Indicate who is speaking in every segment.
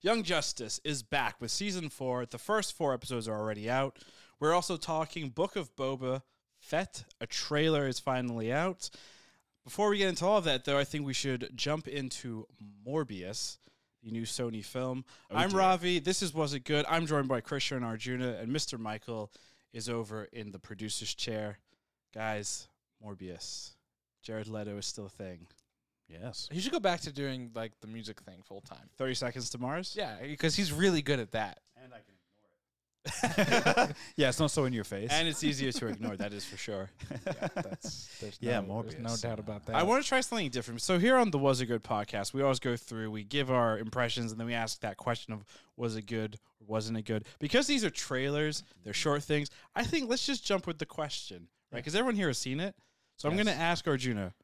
Speaker 1: Young Justice is back with season four. The first four episodes are already out. We're also talking Book of Boba Fett. A trailer is finally out. Before we get into all of that, though, I think we should jump into Morbius, the new Sony film. I'm Ravi. This is Was It Good? I'm joined by Krishna and Arjuna, and Mr. Michael is over in the producer's chair. Guys, Morbius. Jared Leto is still a thing.
Speaker 2: Yes.
Speaker 3: He should go back to doing like the music thing full time.
Speaker 1: 30 Seconds to Mars?
Speaker 3: Yeah, because he's really good at that.
Speaker 2: yeah, it's not so in your face.
Speaker 1: And it's easier to ignore, that is for sure.
Speaker 3: That's there's
Speaker 2: Yeah,
Speaker 3: no, there's no
Speaker 2: Morbius,
Speaker 3: doubt
Speaker 2: uh,
Speaker 3: about that.
Speaker 1: I want to try something different. So here on the Was It Good podcast, we always go through, we give our impressions, and then we ask that question of was it good or wasn't it good? Because these are trailers, they're short things. I think let's just jump with the question, right? Because everyone here has seen it. So I'm
Speaker 3: Yes.
Speaker 1: going to ask Arjuna,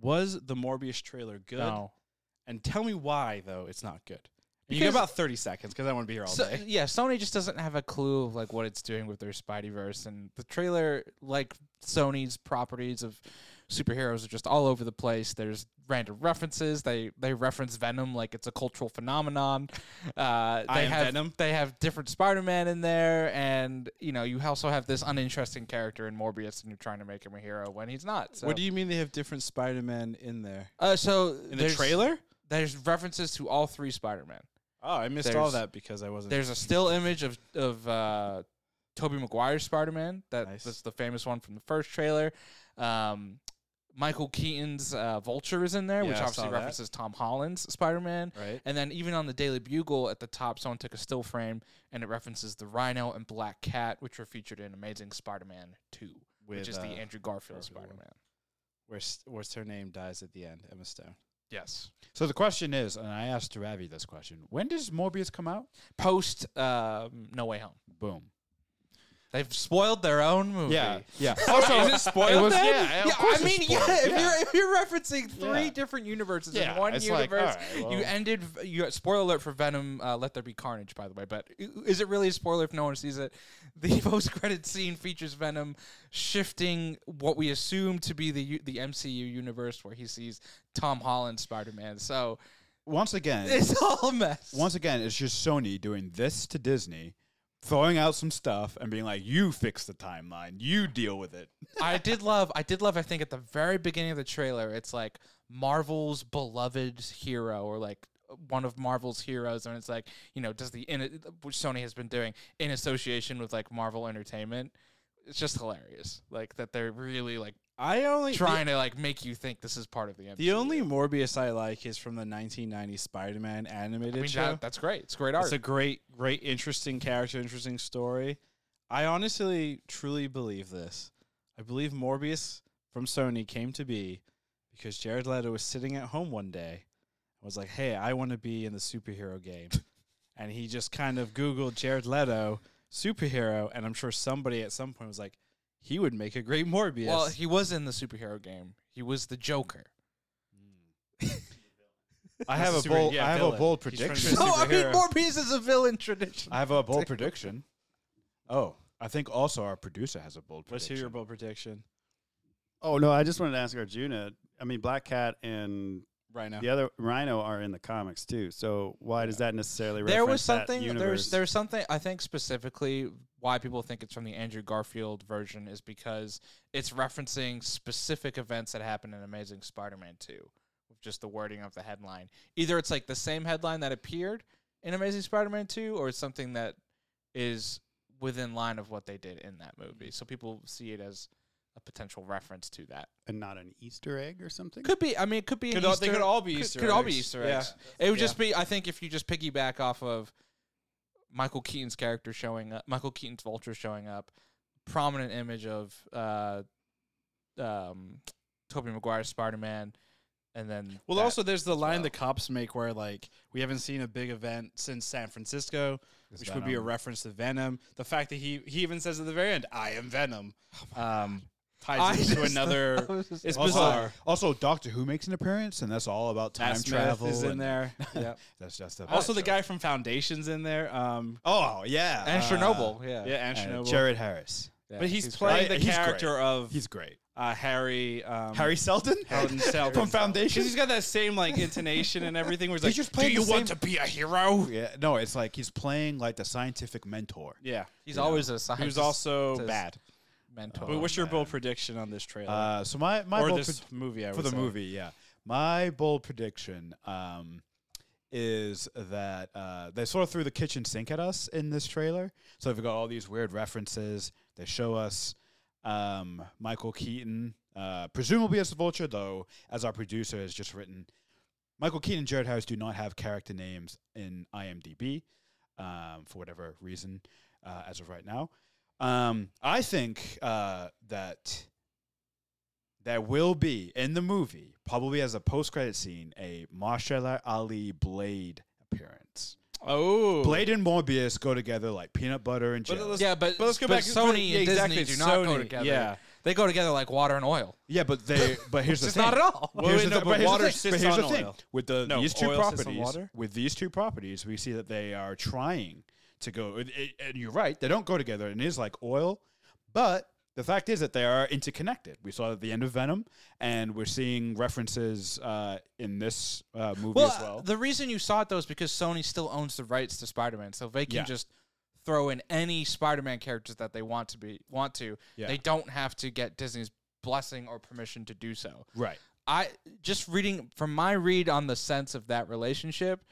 Speaker 1: was the Morbius trailer good?
Speaker 3: No.
Speaker 1: And tell me why though it's not good. And you get
Speaker 3: Because-
Speaker 1: about 30 seconds because I want to be here all
Speaker 3: So,
Speaker 1: day.
Speaker 3: yeah, Sony just doesn't have a clue of like what it's doing with their Spideyverse, and the trailer, like Sony's properties of superheroes, are just all over the place. There's random references. They they reference Venom like it's a cultural phenomenon. Uh,
Speaker 1: I
Speaker 3: they
Speaker 1: am
Speaker 3: have
Speaker 1: Venom.
Speaker 3: they have different Spider-Man in there, and you know you also have this uninteresting character in Morbius, and you're trying to make him a hero when he's not. So.
Speaker 1: What do you mean they have different Spider-Man in there?
Speaker 3: Uh, so
Speaker 1: In the trailer?
Speaker 3: there's references to all three Spider-Man.
Speaker 1: Oh, I missed all
Speaker 3: There's-
Speaker 1: that because I wasn't
Speaker 3: There's a still image of of uh, Toby Maguire's Spider Man. That
Speaker 1: Nice.
Speaker 3: that's the famous one from the first trailer. Um, Michael Keaton's uh, Vulture is in there,
Speaker 1: Yeah,
Speaker 3: which
Speaker 1: I
Speaker 3: obviously
Speaker 1: saw that.
Speaker 3: references Tom Holland's Spider Man.
Speaker 1: right.
Speaker 3: And then even on the Daily Bugle at the top, someone took a still frame and it references the Rhino and Black Cat, which were featured in Amazing Spider Man Two, which is
Speaker 1: uh,
Speaker 3: the Andrew
Speaker 1: Garfield
Speaker 3: Garfield
Speaker 1: one.
Speaker 3: Spider Man.
Speaker 1: where s- where's her name dies at the end, Emma Stone.
Speaker 3: Yes.
Speaker 2: so the question is, and I asked Ravi this question: When does Morbius come out?
Speaker 3: Post um, No Way Home,
Speaker 2: Boom.
Speaker 3: they've spoiled their own movie.
Speaker 2: Yeah, yeah.
Speaker 3: Also, is it
Speaker 2: Oh, it
Speaker 3: spoiled
Speaker 2: was-
Speaker 3: then?
Speaker 2: yeah, of course
Speaker 3: I
Speaker 2: it's
Speaker 3: mean,
Speaker 2: spoiled,
Speaker 3: yeah. If
Speaker 2: yeah.
Speaker 3: you're if you're referencing three
Speaker 2: Yeah.
Speaker 3: different universes
Speaker 2: Yeah,
Speaker 3: in one
Speaker 2: it's like,
Speaker 3: universe,
Speaker 2: alright, well-
Speaker 3: you ended. You spoiler alert for Venom. Uh, Let there be carnage, by the way. But i- is it really a spoiler if no one sees it? The post credit scene features Venom shifting what we assume to be the U- the MCU universe, where he sees Tom Holland Spider Man. So
Speaker 2: Once again,
Speaker 3: it's all a mess.
Speaker 2: once again, it's just Sony doing this to Disney, throwing out some stuff and being like, "You fix the timeline. You deal with it."
Speaker 3: I did love. I did love. I think at the very beginning of the trailer, it's like Marvel's beloved hero, or like one of Marvel's heroes, and it's like you know, does the in which Sony has been doing in association with like Marvel Entertainment. It's just hilarious, like that they're really like
Speaker 1: I only
Speaker 3: trying to like make you think this is part of the MCU.
Speaker 1: The, only Morbius I like is from the 1990 Spider-Man animated
Speaker 3: I mean,
Speaker 1: show.
Speaker 3: that, that's great. It's great art.
Speaker 1: it's a great, great, interesting character, interesting story. I honestly, truly believe this. I believe Morbius from Sony came to be because Jared Leto was sitting at home one day and was like, "Hey, I want to be in the superhero game," and he just kind of Googled Jared Leto superhero, and I'm sure somebody at some point was like, "He would make a great Morbius."
Speaker 3: Well, he was in the superhero game. He was the Joker.
Speaker 2: I have
Speaker 1: a
Speaker 2: a
Speaker 1: super-
Speaker 2: bold.
Speaker 1: yeah,
Speaker 2: I have
Speaker 1: villain.
Speaker 2: a bold
Speaker 1: He's trying to
Speaker 2: prediction.
Speaker 1: be a
Speaker 3: No, I mean
Speaker 1: Superhero.
Speaker 3: Morbius is a villain tradition.
Speaker 2: I have a bold prediction. Oh, I think also our producer has a bold prediction.
Speaker 1: Let's hear your bold prediction.
Speaker 4: Oh no, I just wanted to ask Arjuna. I mean, Black Cat and
Speaker 1: Right now.
Speaker 4: the other Rhino are in the comics too. So why does that necessarily
Speaker 3: there was
Speaker 4: reference that
Speaker 3: something there
Speaker 4: universe?
Speaker 3: was there was something I think specifically why people think it's from the Andrew Garfield version is because it's referencing specific events that happened in Amazing Spider-Man 2 with just the wording of the headline. Either it's like the same headline that appeared in Amazing Spider-Man 2 or it's something that is within line of what they did in that movie. So people see it as a potential reference to that.
Speaker 4: and not an Easter egg or something.
Speaker 3: Could be. I mean, it could be. an
Speaker 1: Could all- they
Speaker 3: Easter-
Speaker 1: could all be
Speaker 3: could-
Speaker 1: Easter
Speaker 3: Could all be
Speaker 1: eggs.
Speaker 3: Easter
Speaker 1: Yeah.
Speaker 3: eggs. It would just be. I think if you just piggyback off of Michael Keaton's character showing up, Michael Keaton's Vulture showing up, prominent image of uh, um, Tobey Maguire's Spider Man, and then
Speaker 1: Well,
Speaker 3: that-
Speaker 1: also there's the line
Speaker 3: well.
Speaker 1: the cops make where like we haven't seen a big event since San Francisco, which would be a
Speaker 2: Venom.
Speaker 1: reference to Venom. The fact that he he even says at the very end, "I am Venom,"
Speaker 2: Oh
Speaker 1: um,
Speaker 3: I
Speaker 1: ties it to
Speaker 3: just- I
Speaker 1: another.
Speaker 3: was just-
Speaker 1: It's
Speaker 2: Also-
Speaker 1: bizarre.
Speaker 2: Also, Doctor Who makes an appearance, and that's all about time
Speaker 1: Matt Smith
Speaker 2: travel.
Speaker 1: is in
Speaker 2: and
Speaker 1: there. Yep.
Speaker 2: That's just
Speaker 1: also, the guy from Foundations in there. Um,
Speaker 2: Oh yeah,
Speaker 3: and
Speaker 2: uh,
Speaker 3: Chernobyl. Yeah.
Speaker 1: yeah, and
Speaker 2: uh,
Speaker 1: Chernobyl.
Speaker 2: Jared Harris.
Speaker 1: but he's,
Speaker 2: great.
Speaker 1: playing
Speaker 2: I-
Speaker 1: the
Speaker 2: he's great.
Speaker 1: character of
Speaker 2: He's great.
Speaker 1: uh, Harry um,
Speaker 2: Harry Selden
Speaker 1: Harry Selden.
Speaker 2: from Foundation.
Speaker 1: Because he's got that same like intonation and everything. Where he's
Speaker 2: They
Speaker 1: like,
Speaker 2: just
Speaker 1: "Do
Speaker 2: play the
Speaker 1: you want to
Speaker 2: same-
Speaker 1: be a hero?"
Speaker 2: Yeah, no, it's like he's playing like the scientific mentor.
Speaker 1: Yeah,
Speaker 3: He's always a scientist.
Speaker 1: he was also
Speaker 3: Says-
Speaker 1: bad.
Speaker 3: mentor.
Speaker 1: But what's your bold prediction on this trailer
Speaker 2: Uh, so my my
Speaker 1: or
Speaker 2: bold
Speaker 1: this
Speaker 2: pred-
Speaker 1: movie? I
Speaker 2: for
Speaker 1: would
Speaker 2: the
Speaker 1: say.
Speaker 2: movie, yeah, my bold prediction um, is that uh, they sort of threw the kitchen sink at us in this trailer. So they've got all these weird references. They show us um, Michael Keaton, uh, presumably as the Vulture, though, as our producer has just written. Michael Keaton and Jared Harris do not have character names in IMDb um, for whatever reason, uh, as of right now. Um, I think uh, that there will be in the movie, probably as a post-credit scene, a Marshall Ali Blade appearance.
Speaker 1: Oh,
Speaker 2: Blade and Morbius go together like peanut butter and
Speaker 1: But
Speaker 2: jelly.
Speaker 1: let's-
Speaker 3: Yeah, but,
Speaker 1: But let's go
Speaker 3: but
Speaker 1: back to-
Speaker 3: Sony
Speaker 1: yeah,
Speaker 3: and
Speaker 1: exactly,
Speaker 3: Disney do not go
Speaker 1: Sony,
Speaker 3: together.
Speaker 1: yeah.
Speaker 3: They go together like water and oil.
Speaker 2: yeah, but they. But here's the
Speaker 3: It's
Speaker 2: thing.
Speaker 3: not at all.
Speaker 1: Well,
Speaker 2: Here's
Speaker 1: wait,
Speaker 2: the
Speaker 1: no,
Speaker 2: thi-
Speaker 1: but
Speaker 2: here's
Speaker 1: water
Speaker 2: the thing.
Speaker 1: sits
Speaker 2: but here's
Speaker 1: on
Speaker 2: the thing.
Speaker 1: oil.
Speaker 2: With the
Speaker 1: No,
Speaker 2: these two
Speaker 1: oil sits on
Speaker 2: properties,
Speaker 1: water?
Speaker 2: with these two properties, we see that they are trying to go. and- and- And you're right, they don't go together. And it is like oil, but the fact is that they are interconnected. We saw it at the end of Venom, and we're seeing references uh, in this uh, movie
Speaker 3: Well,
Speaker 2: as well.
Speaker 3: the reason you saw it though is because Sony still owns the rights to Spider-Man, so they can
Speaker 2: Yeah.
Speaker 3: just throw in any Spider-Man characters that they want to be want to.
Speaker 2: Yeah.
Speaker 3: They don't have to get Disney's blessing or permission to do so.
Speaker 2: right.
Speaker 3: I just reading from my read on the sense of that relationship,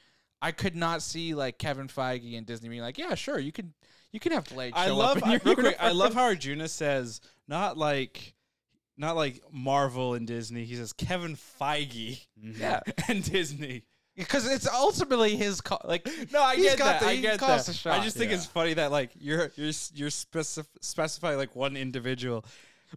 Speaker 3: I could not see like Kevin Feige and Disney being like, "Yeah, sure, you can, you can have Blade."
Speaker 1: I
Speaker 3: show
Speaker 1: love
Speaker 3: up in
Speaker 1: I,
Speaker 3: your
Speaker 1: real quick, I
Speaker 3: universe."
Speaker 1: love how Arjuna says not like not like Marvel and Disney. He says Kevin Feige
Speaker 3: yeah,
Speaker 1: and Disney.
Speaker 3: because it's ultimately his call. Like,
Speaker 1: No, I
Speaker 3: he's
Speaker 1: get
Speaker 3: got
Speaker 1: that.
Speaker 3: the-
Speaker 1: I
Speaker 3: he
Speaker 1: get
Speaker 3: calls
Speaker 1: that.
Speaker 3: the shot.
Speaker 1: I just think it's funny that like you're you're s- you're specif- specifying like one individual.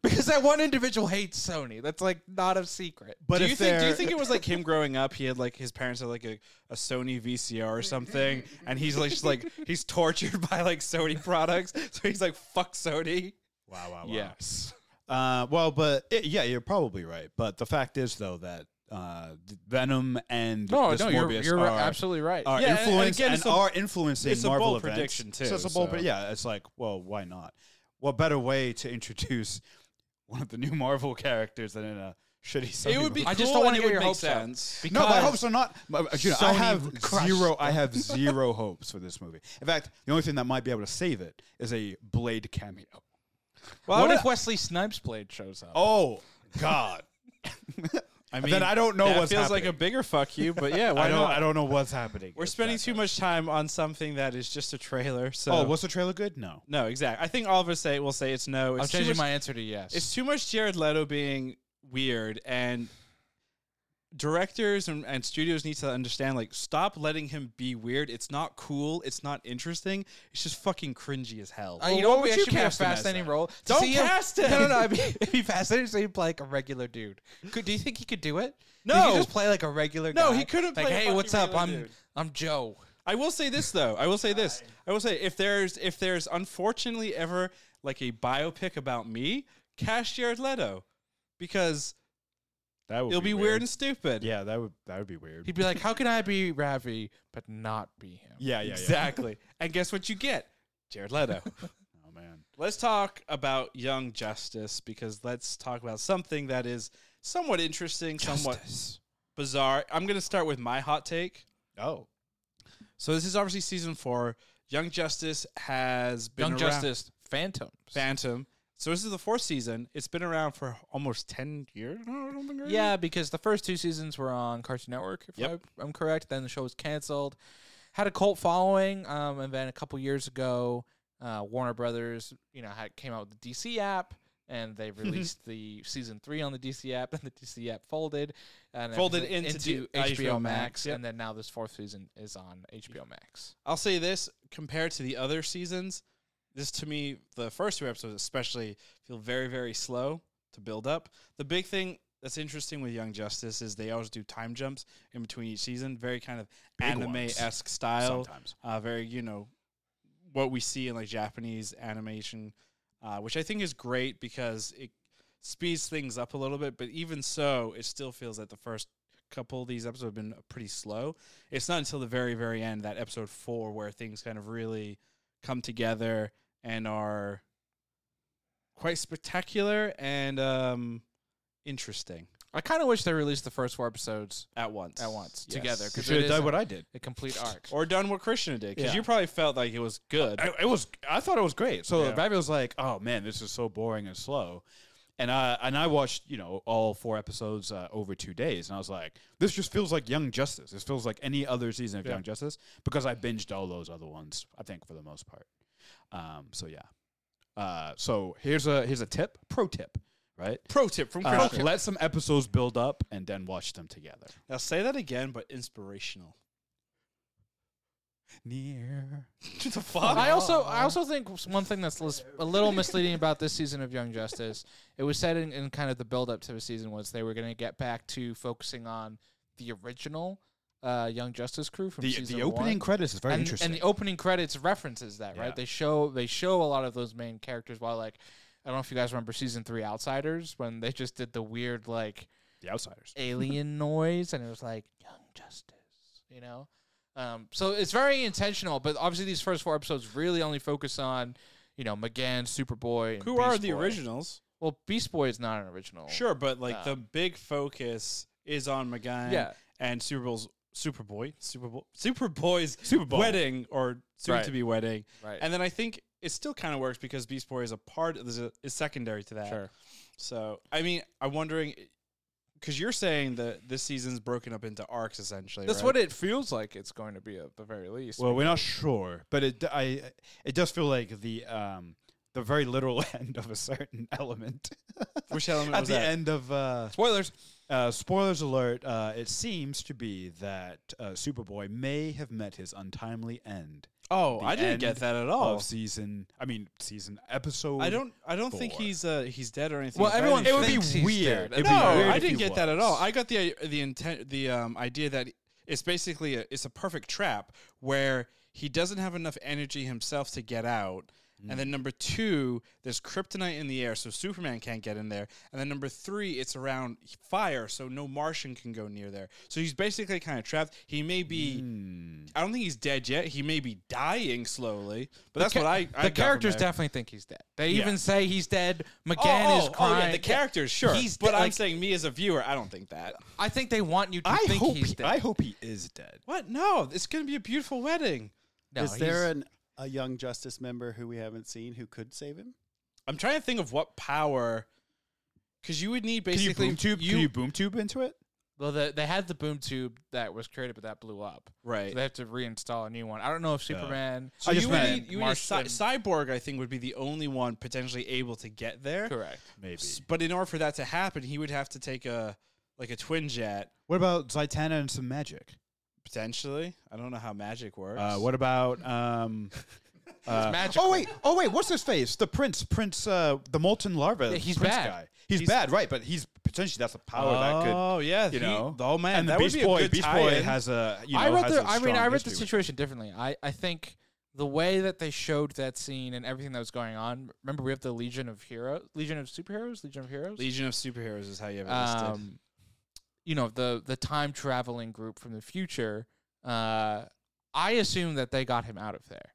Speaker 3: because that one individual hates Sony. That's like not a secret.
Speaker 2: But
Speaker 1: do
Speaker 2: if
Speaker 1: you think do you
Speaker 2: they're-
Speaker 1: think it was like him growing up? He had like his parents had like a, a Sony VCR or something, and he's like just like he's tortured by like Sony products, so he's like fuck Sony.
Speaker 2: Wow, wow, wow.
Speaker 3: Yes.
Speaker 2: Uh, well, but it, yeah, you're probably right. But the fact is, though, that uh, th- Venom and
Speaker 3: No,
Speaker 2: this
Speaker 3: no, you're,
Speaker 2: Morbius
Speaker 3: you're
Speaker 2: are,
Speaker 3: absolutely right.
Speaker 2: are
Speaker 1: Yeah, and- and
Speaker 2: influenced
Speaker 1: again,
Speaker 2: and,
Speaker 1: it's a-
Speaker 2: are influencing
Speaker 1: it's a
Speaker 2: Marvel
Speaker 1: bold
Speaker 2: events.
Speaker 1: prediction, too,
Speaker 2: So it's a bold,
Speaker 1: so-
Speaker 2: pre- yeah, it's like, well, why not? What better way to introduce one of the new Marvel characters than in a shitty? Sony
Speaker 1: It would be.
Speaker 2: movie?
Speaker 3: I just
Speaker 1: cool
Speaker 3: don't
Speaker 1: and
Speaker 3: wanna
Speaker 1: it
Speaker 3: get
Speaker 1: would
Speaker 3: your
Speaker 1: make
Speaker 3: hopes up.
Speaker 1: sense.
Speaker 3: Because-
Speaker 2: No, my hopes are not. my- uh, you know, I
Speaker 3: Sony
Speaker 2: have
Speaker 3: would crush
Speaker 2: zero. I have zero hopes for this movie. In fact, the only thing that might be able to save it is a Blade cameo.
Speaker 1: Well, I
Speaker 3: what
Speaker 1: would-
Speaker 3: if Wesley Snipes' Blade shows up?
Speaker 2: Oh God!
Speaker 1: I
Speaker 2: then I don't know
Speaker 1: that
Speaker 2: what's
Speaker 1: feels
Speaker 2: happening.
Speaker 1: like a bigger fuck you, but yeah, why
Speaker 2: I don't.
Speaker 1: not?
Speaker 2: I don't know what's happening.
Speaker 1: We're spending too much time on something that is just a trailer. So
Speaker 2: Oh, was the trailer good? No.
Speaker 1: no, exactly. I think all of us say will say it's no. It's
Speaker 3: I'm
Speaker 1: too
Speaker 3: changing
Speaker 1: much-
Speaker 3: my answer to yes.
Speaker 1: It's too much Jared Leto being weird and directors and, and studios need to understand like stop letting him be weird it's not cool it's not interesting it's just fucking cringy as hell
Speaker 3: Uh, you
Speaker 1: Well,
Speaker 3: know
Speaker 1: what
Speaker 3: what would
Speaker 1: would
Speaker 3: actually be a
Speaker 1: cast him as
Speaker 3: fascinating
Speaker 1: then?
Speaker 3: role. To
Speaker 1: Don't
Speaker 3: see him-
Speaker 1: cast him!
Speaker 3: No, no, no. It'd be, it'd be fascinating to see him play like a regular dude. Could, do you think he could do it? he
Speaker 1: No.
Speaker 3: could just play like a regular.
Speaker 1: No,
Speaker 3: guy?
Speaker 1: he couldn't
Speaker 3: Like,
Speaker 1: play a
Speaker 3: hey,
Speaker 1: fucking
Speaker 3: what's up?
Speaker 1: regular
Speaker 3: I'm
Speaker 1: dude.
Speaker 3: I'm Joe.
Speaker 1: I will say this though. I will say this. I will say if there's if there's unfortunately ever like a biopic about me, cast Jared Leto because
Speaker 2: That would
Speaker 1: it'll be, weird and stupid.
Speaker 2: yeah, that would that would be weird.
Speaker 3: He'd be like, how can I be Ravi but not be him?
Speaker 2: yeah, yeah, yeah.
Speaker 1: exactly. and guess what you get? Jared Leto.
Speaker 2: Oh man.
Speaker 1: let's talk about Young Justice because let's talk about something that is somewhat interesting, somewhat bizarre. I'm going to start with my hot take.
Speaker 2: Oh.
Speaker 1: So this is obviously season 4. Young Justice has been
Speaker 3: Young
Speaker 1: around-
Speaker 3: Justice Phantoms.
Speaker 1: Phantom. So this is the fourth season. It's been around for almost ten years. No, I don't think it is.
Speaker 3: Yeah, because the first two seasons were on Cartoon Network, if
Speaker 1: Yep.
Speaker 3: I, I'm correct. Then the show was canceled, had a cult following, um, and then a couple years ago, uh, Warner Brothers, you know, had, came out with the DC app, and they released the season three on the DC app, and the DC app folded, and then
Speaker 1: Folded
Speaker 3: it-
Speaker 1: into D-
Speaker 3: HBO,
Speaker 1: HBO
Speaker 3: Max,
Speaker 1: Max, yep.
Speaker 3: and then now this fourth season is on HBO Max.
Speaker 1: I'll say this compared to the other seasons, this to me, the first two episodes especially feel very, very slow to build up. The big thing that's interesting with Young Justice is they always do time jumps in between each season, very kind of
Speaker 2: Big
Speaker 1: anime esque style.
Speaker 2: Sometimes.
Speaker 1: uh, very you know what we see in like Japanese animation, uh, which I think is great because it speeds things up a little bit. But even so, it still feels that the first couple of these episodes have been pretty slow. It's not until the very very end that episode four where things kind of really come together and are quite spectacular and um, interesting
Speaker 3: I kind of wish they released the first four episodes
Speaker 1: at once.
Speaker 3: at once
Speaker 1: Yes.
Speaker 3: together
Speaker 2: You
Speaker 3: because
Speaker 2: should
Speaker 3: it
Speaker 2: have
Speaker 3: is
Speaker 2: done what
Speaker 3: a,
Speaker 2: I did.
Speaker 3: a complete arc.
Speaker 1: Or done what Krishna did because
Speaker 2: Yeah.
Speaker 1: you probably felt like it was good.
Speaker 2: I, it was. I thought it was great. So
Speaker 1: Yeah.
Speaker 2: Ravi was like, "Oh man, this is so boring and slow," and I and I watched you know all four episodes uh, over two days, and I was like, "This just feels like Young Justice. This feels like any other season of
Speaker 1: Yeah.
Speaker 2: Young Justice because I binged all those other ones. I think for the most part. Um. So yeah. Uh. So here's a here's a tip. Pro tip. Right.
Speaker 1: Pro tip from
Speaker 2: Uh,
Speaker 1: Krishna.
Speaker 2: let some episodes build up and then watch them together.
Speaker 1: now say that again, but inspirational.
Speaker 2: Near.
Speaker 1: the fuck?
Speaker 3: I also I also think s- one thing that's lis- a little misleading about this season of Young Justice, it was said in, in kind of the build up to the season was they were going to get back to focusing on the original uh, Young Justice crew from
Speaker 2: The
Speaker 3: season
Speaker 2: the opening
Speaker 3: one.
Speaker 2: credits is very
Speaker 3: and,
Speaker 2: interesting.
Speaker 3: And the opening credits references that,
Speaker 2: Yeah.
Speaker 3: right? They show they show a lot of those main characters. While like, I don't know if you guys remember season three Outsiders when they just did the weird like
Speaker 2: the Outsiders.
Speaker 3: alien noise, and it was like Young Justice, you know. Um, so it's very intentional, but obviously these first four episodes really only focus on, you know, McGann, Superboy. And
Speaker 1: Who
Speaker 3: Beast
Speaker 1: are the
Speaker 3: Boy.
Speaker 1: originals?
Speaker 3: Well, Beast Boy is not an original.
Speaker 1: Sure, but like
Speaker 3: Uh,
Speaker 1: the big focus is on McGuire
Speaker 3: Yeah.
Speaker 1: and Superboy's Superboy, Superboy, Superboy's
Speaker 2: Superboy.
Speaker 1: wedding or soon
Speaker 3: Right.
Speaker 1: to be wedding.
Speaker 3: Right.
Speaker 1: And then I think it still kind of works because Beast Boy is a part is, a, is secondary to that.
Speaker 3: sure.
Speaker 1: So I mean, I'm wondering because you're saying that this season's broken up into arcs essentially.
Speaker 3: That's
Speaker 1: right?
Speaker 3: what it feels like it's going to be at the very least.
Speaker 2: Well, we're not sure, but it d- I it does feel like the um the very literal end of a certain element.
Speaker 1: Which element
Speaker 2: At
Speaker 1: was
Speaker 2: the
Speaker 1: that?
Speaker 2: end of uh,
Speaker 1: Spoilers.
Speaker 2: uh, spoilers alert, uh, it seems to be that uh, Superboy may have met his untimely end
Speaker 1: Oh,
Speaker 2: The
Speaker 1: I didn't
Speaker 2: end
Speaker 1: get that at all.
Speaker 2: of season. I mean, season episode.
Speaker 1: Oh. I don't. I don't think
Speaker 2: four.
Speaker 1: he's uh he's dead or anything.
Speaker 3: Well,
Speaker 1: If
Speaker 3: everyone
Speaker 1: anything-
Speaker 2: It would be
Speaker 3: thinks he's
Speaker 2: weird.
Speaker 3: dead.
Speaker 2: It'd be
Speaker 1: no,
Speaker 2: weird
Speaker 1: I
Speaker 2: if
Speaker 1: didn't
Speaker 2: he
Speaker 1: get that at all.
Speaker 2: was.
Speaker 1: I got the the intent, the um, idea that it's basically a, it's a perfect trap where he doesn't have enough energy himself to get out. And
Speaker 3: Mm.
Speaker 1: then number two, there's kryptonite in the air, so Superman can't get in there. And then number three, it's around fire, so no Martian can go near there. So he's basically kind of trapped. He may be,
Speaker 3: Hmm.
Speaker 1: I don't think he's dead yet. He may be dying slowly, but that's
Speaker 3: ca-
Speaker 1: what I. I
Speaker 3: the
Speaker 1: got from
Speaker 3: characters
Speaker 1: there.
Speaker 3: definitely think he's dead. They
Speaker 1: Yeah.
Speaker 3: even say he's dead. McGann
Speaker 1: Oh,
Speaker 3: is
Speaker 1: oh,
Speaker 3: crying.
Speaker 1: yeah, the characters, sure.
Speaker 3: He's
Speaker 1: but
Speaker 3: de-
Speaker 1: I'm
Speaker 3: like-
Speaker 1: saying, me as a viewer, I don't think that.
Speaker 3: I think they want you to
Speaker 2: I
Speaker 3: think
Speaker 2: hope
Speaker 3: he's
Speaker 2: he,
Speaker 3: dead.
Speaker 2: I hope he is dead.
Speaker 1: What? No, it's going to be a beautiful wedding.
Speaker 3: no,
Speaker 4: is there
Speaker 3: he's-
Speaker 4: an, a young justice member who we haven't seen who could save him?
Speaker 1: I'm trying to think of what power, because you would need
Speaker 2: Can you
Speaker 1: basically
Speaker 2: boom tube? can you boom tube into it?
Speaker 3: Well, the, they had the boom tube that was created, but that blew up.
Speaker 1: right.
Speaker 3: So they have to reinstall a new one. I don't know if Superman.
Speaker 1: so
Speaker 2: I
Speaker 1: you
Speaker 2: just
Speaker 1: would
Speaker 2: meant
Speaker 1: need, you would need a cy-
Speaker 3: Marston.
Speaker 1: cyborg. I think would be the only one potentially able to get there.
Speaker 3: Correct.
Speaker 2: Maybe.
Speaker 1: S- But in order for that to happen, he would have to take a like a twin jet
Speaker 2: What about Zatanna and some magic?
Speaker 1: potentially. I don't know how magic works.
Speaker 2: Uh, what about um? uh,
Speaker 3: magical.
Speaker 2: Oh wait, oh wait, what's his face? The prince, prince, uh, the molten larva.
Speaker 3: Yeah, he's
Speaker 2: prince
Speaker 3: bad.
Speaker 2: Guy. He's,
Speaker 1: He's-
Speaker 2: bad, right? But he's potentially that's a power that could.
Speaker 1: Oh yeah,
Speaker 2: you
Speaker 1: the-
Speaker 2: know,
Speaker 1: oh man,
Speaker 2: and
Speaker 1: that
Speaker 2: the
Speaker 1: would
Speaker 2: Beast
Speaker 1: be a
Speaker 2: Boy,
Speaker 1: good
Speaker 2: Beast
Speaker 1: tie-in.
Speaker 2: Boy has a. You know,
Speaker 3: I read
Speaker 2: has
Speaker 3: the.
Speaker 2: a
Speaker 3: I mean,
Speaker 2: strong
Speaker 3: I read the
Speaker 2: history with-
Speaker 3: situation differently. I, I think the way that they showed that scene and everything that was going on. Remember, we have the Legion of Heroes, Legion of Superheroes, Legion of Heroes.
Speaker 1: Legion of Superheroes is how you have it listed.
Speaker 3: um, you know the the time traveling group from the future. Uh, I assume that they got him out of there,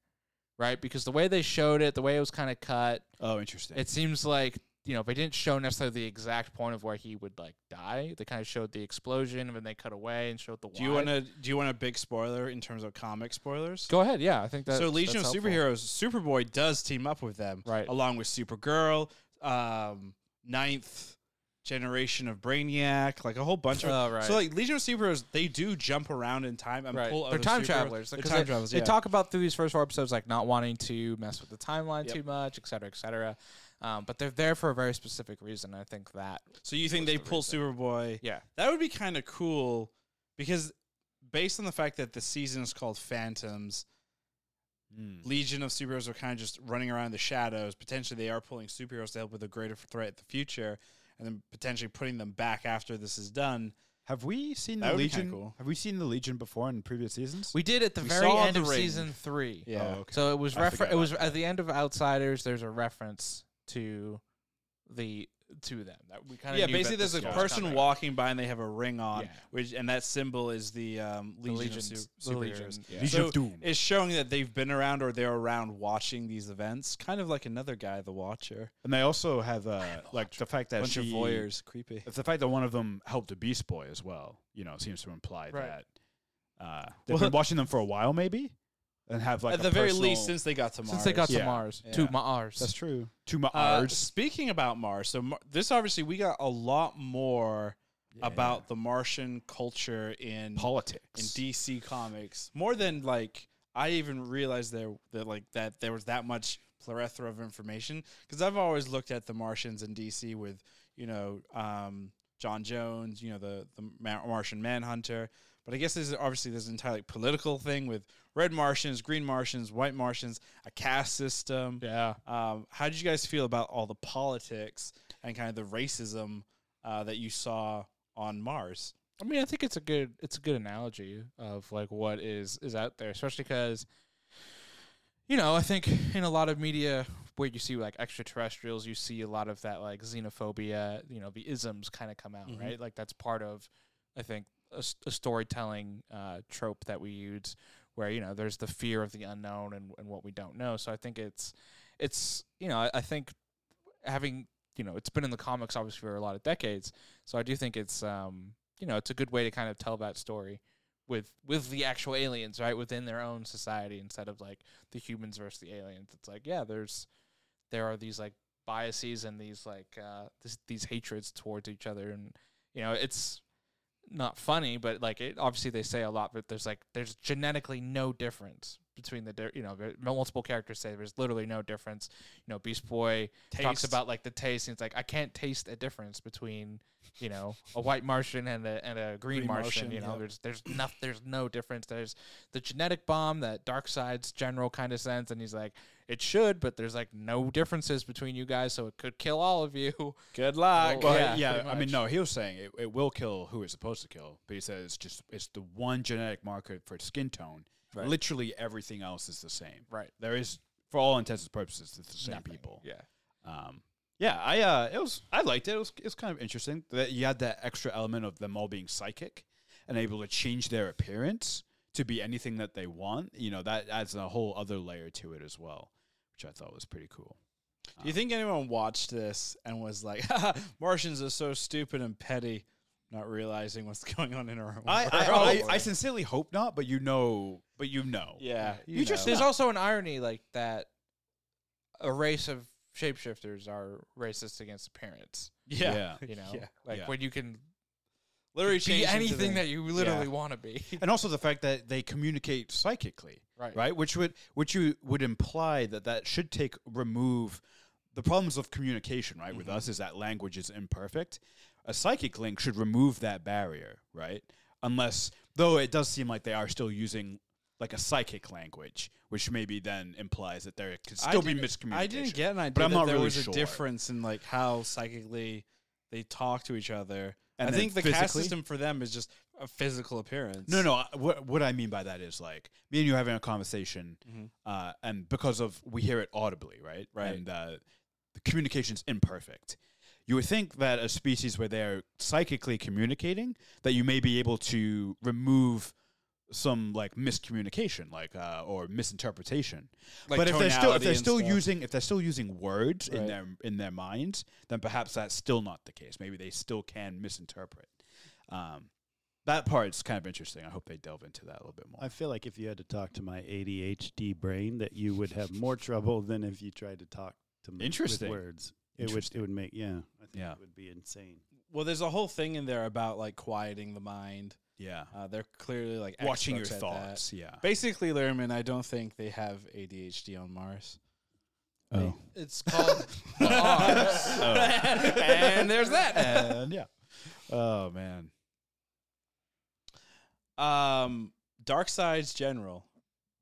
Speaker 3: right? Because the way they showed it, the way it was kind of cut,
Speaker 2: Oh, interesting.
Speaker 3: it seems like you know they didn't show necessarily the exact point of where he would like die. They kind of showed the explosion, and then they cut away and showed the.
Speaker 1: Do you
Speaker 3: why.
Speaker 1: want to do you want a big spoiler in terms of comic spoilers?
Speaker 3: go ahead? Yeah, I think that.
Speaker 1: so Legion of Superheroes, Superboy does team up with them,
Speaker 3: Right.
Speaker 1: Along with Supergirl, um, ninth generation of Brainiac, like a whole bunch of.
Speaker 3: Oh, right.
Speaker 1: So like Legion of Superheroes, they do jump around in time and
Speaker 3: Right.
Speaker 1: um, pull.
Speaker 3: They're
Speaker 1: other
Speaker 3: time
Speaker 1: superheroes-
Speaker 3: travelers.
Speaker 1: They're
Speaker 3: 'cause
Speaker 1: time
Speaker 3: they,
Speaker 1: travelers.
Speaker 3: They
Speaker 1: yeah.
Speaker 3: talk about through these first four episodes like not wanting to mess with the timeline
Speaker 1: Yep.
Speaker 3: too much, et cetera, et cetera. Um, but they're there for a very specific reason. I think that.
Speaker 1: So you think
Speaker 3: was
Speaker 1: they
Speaker 3: the
Speaker 1: pull
Speaker 3: reason.
Speaker 1: Superboy?
Speaker 3: Yeah.
Speaker 1: That would be kind of cool because, based on the fact that the season is called Phantoms,
Speaker 2: Mm.
Speaker 1: Legion of superheroes are kind of just running around in the shadows. Potentially, they are pulling superheroes to help with a greater threat in the future, and then potentially putting them back after this is done.
Speaker 2: Have we seen
Speaker 1: That
Speaker 2: the
Speaker 1: would be kinda
Speaker 2: Legion?
Speaker 1: cool.
Speaker 2: Have we seen the Legion before in previous seasons?
Speaker 3: We did at the
Speaker 1: We
Speaker 3: very
Speaker 1: saw
Speaker 3: end
Speaker 1: the
Speaker 3: of
Speaker 1: ring.
Speaker 3: season three.
Speaker 1: Yeah.
Speaker 2: Oh, okay.
Speaker 3: So it was
Speaker 2: I
Speaker 3: refer-
Speaker 2: forgot
Speaker 3: It was
Speaker 2: about
Speaker 3: at the end of Outsiders. There's a reference to the to them. That we kind of
Speaker 1: yeah, basically, there's a person
Speaker 3: coming.
Speaker 1: walking by and they have a ring on,
Speaker 3: Yeah.
Speaker 1: which and that symbol is the um,
Speaker 3: The
Speaker 1: Legion
Speaker 3: Legions,
Speaker 1: of Su-
Speaker 3: the
Speaker 1: Superheroes.
Speaker 3: Legions. Yeah.
Speaker 2: Legion
Speaker 1: So
Speaker 2: of Doom.
Speaker 1: It's showing that they've been around or they're around watching these events, kind of like another guy, the Watcher.
Speaker 2: And they also have uh, like the fact that
Speaker 1: Bunch
Speaker 2: she,
Speaker 1: of voyeurs, creepy.
Speaker 2: It's the fact that one of them helped a Beast Boy as well. You know, seems to imply
Speaker 3: Right.
Speaker 2: that uh, they've
Speaker 1: Well-
Speaker 2: been watching them for a while, maybe, and have like
Speaker 1: At
Speaker 2: a
Speaker 1: the very least,
Speaker 2: personal-
Speaker 1: since they got to Mars.
Speaker 3: since they got
Speaker 2: Yeah.
Speaker 3: to Mars,
Speaker 1: Yeah.
Speaker 3: to Mars.
Speaker 2: that's true. To my
Speaker 1: Uh,
Speaker 2: ours.
Speaker 1: speaking about Mars, so Mar- this obviously we got a lot more about the Martian culture in in
Speaker 2: politics.
Speaker 1: DC Comics more than like I even realized there that like that there was that much plethora of information because I've always looked at the Martians in DC with you know um, John Jones, you know the the Ma- Martian Manhunter, but I guess there's obviously this entire like, political thing with red Martians, green Martians, white Martians, a caste system.
Speaker 3: yeah.
Speaker 1: Um, how did you guys feel about all the politics and kind of the racism uh, that you saw on Mars?
Speaker 3: I mean, I think it's a good it's a good analogy of like what is is out there, especially because you know I think in a lot of media where you see like extraterrestrials, you see a lot of that like xenophobia, you know, the isms kind of come out,
Speaker 1: Mhm.
Speaker 3: right? Like that's part of I think a, s- a storytelling uh, trope that we use where you know there's the fear of the unknown and, and what we don't know. So I think it's it's you know I, I think having you know it's been in the comics obviously for a lot of decades. So I do think it's um you know it's a good way to kind of tell that story with with the actual aliens right within their own society instead of like the humans versus the aliens. It's like yeah, there's there are these like biases and these like uh this, these hatreds towards each other and you know it's not funny but like it obviously they say a lot but there's like there's genetically no difference between the di- you know there- multiple characters say there's literally no difference you know beast boy talks
Speaker 1: Taste.
Speaker 3: about like the taste and it's like i can't taste a difference between you know a white martian and a and a green,
Speaker 1: Green
Speaker 3: martian,
Speaker 1: Martian,
Speaker 3: you know
Speaker 1: yeah.
Speaker 3: there's there's no there's no difference there's the genetic bomb that dark side's general kind of sense and he's like it should but there's like no differences between you guys so it could kill all of you
Speaker 1: Good luck.
Speaker 3: Well,
Speaker 2: But
Speaker 3: Yeah,
Speaker 2: yeah,
Speaker 3: pretty
Speaker 2: I mean,
Speaker 3: much.
Speaker 2: no, he was saying it, it will kill who it's supposed to kill, but he says it's just it's the one genetic marker for skin tone.
Speaker 1: Right.
Speaker 2: Literally everything else is the same.
Speaker 3: right
Speaker 2: There is, for all intents and purposes, it's the same people.
Speaker 3: yeah
Speaker 2: Um, yeah, I uh, it was I liked it. It was it's kind of interesting that you had that extra element of them all being psychic and able to change their appearance to be anything that they want. You know, that adds a whole other layer to it as well, which I thought was pretty cool.
Speaker 1: Do
Speaker 2: Uh-huh.
Speaker 1: you think anyone watched this and was like, "Ha, Martians are so stupid and petty, not realizing what's going on in our own
Speaker 2: I I,
Speaker 1: world?
Speaker 2: I, I sincerely hope not, but you know, but you know,
Speaker 1: yeah,
Speaker 2: You just-
Speaker 1: know.
Speaker 3: there's also an irony like that a race of shapeshifters are racist against appearance
Speaker 1: yeah,
Speaker 2: Yeah.
Speaker 3: you know
Speaker 1: Yeah.
Speaker 3: like
Speaker 2: Yeah.
Speaker 3: when you can
Speaker 1: literally
Speaker 3: be
Speaker 1: changed
Speaker 3: anything
Speaker 1: into
Speaker 3: that you literally
Speaker 1: Yeah.
Speaker 3: want to be
Speaker 2: and also the fact that they communicate psychically.
Speaker 3: right
Speaker 2: right which would which you would imply that that should take remove the problems of communication right
Speaker 1: Mm-hmm.
Speaker 2: with us is that language is imperfect a psychic link should remove that barrier right unless though it does seem like they are still using like a psychic language which maybe then implies that there could
Speaker 1: I
Speaker 2: still be
Speaker 1: didn't-
Speaker 2: miscommunication
Speaker 1: I didn't get an idea,
Speaker 2: I'm
Speaker 1: that
Speaker 2: not
Speaker 1: there
Speaker 2: really
Speaker 1: was a
Speaker 2: sure.
Speaker 1: difference in like how psychically they talk to each other.
Speaker 2: And
Speaker 1: I
Speaker 2: then
Speaker 1: think the caste
Speaker 2: physically?
Speaker 1: system for them is just a physical appearance.
Speaker 2: No, no. I- What what I mean by that is like me and you having a conversation,
Speaker 1: Mhm.
Speaker 2: uh, and because of we hear it audibly, right?
Speaker 1: Right.
Speaker 2: And uh, the communication's imperfect. You would think that a species where they're psychically communicating, that you may be able to remove some like miscommunication, like uh, or misinterpretation.
Speaker 1: Like
Speaker 2: but if they're still if
Speaker 1: tonality
Speaker 2: they're
Speaker 1: and
Speaker 2: still
Speaker 1: stuff.
Speaker 2: using if they're still using words in
Speaker 1: Right.
Speaker 2: their in their minds, then perhaps that's still not the case. Maybe they still can misinterpret. Um, that part's kind of interesting. I hope they delve into that a little bit more.
Speaker 4: I feel like if you had to talk to my ADHD brain, that you would have more trouble than if you tried to talk to me
Speaker 2: Interesting.
Speaker 4: with words. It would it would make yeah. I think
Speaker 2: Yeah.
Speaker 4: it would be insane.
Speaker 1: Well, there's a whole thing in there about like quieting the mind.
Speaker 2: yeah,
Speaker 1: Uh, they're clearly like
Speaker 2: watching your
Speaker 1: experts at that.
Speaker 2: thoughts. Yeah,
Speaker 1: Basically, Lerman, I don't think they have ADHD on Mars.
Speaker 4: Oh,
Speaker 3: it's called Mars. and there's that
Speaker 2: and yeah. Oh man,
Speaker 1: Um, Dark Side's general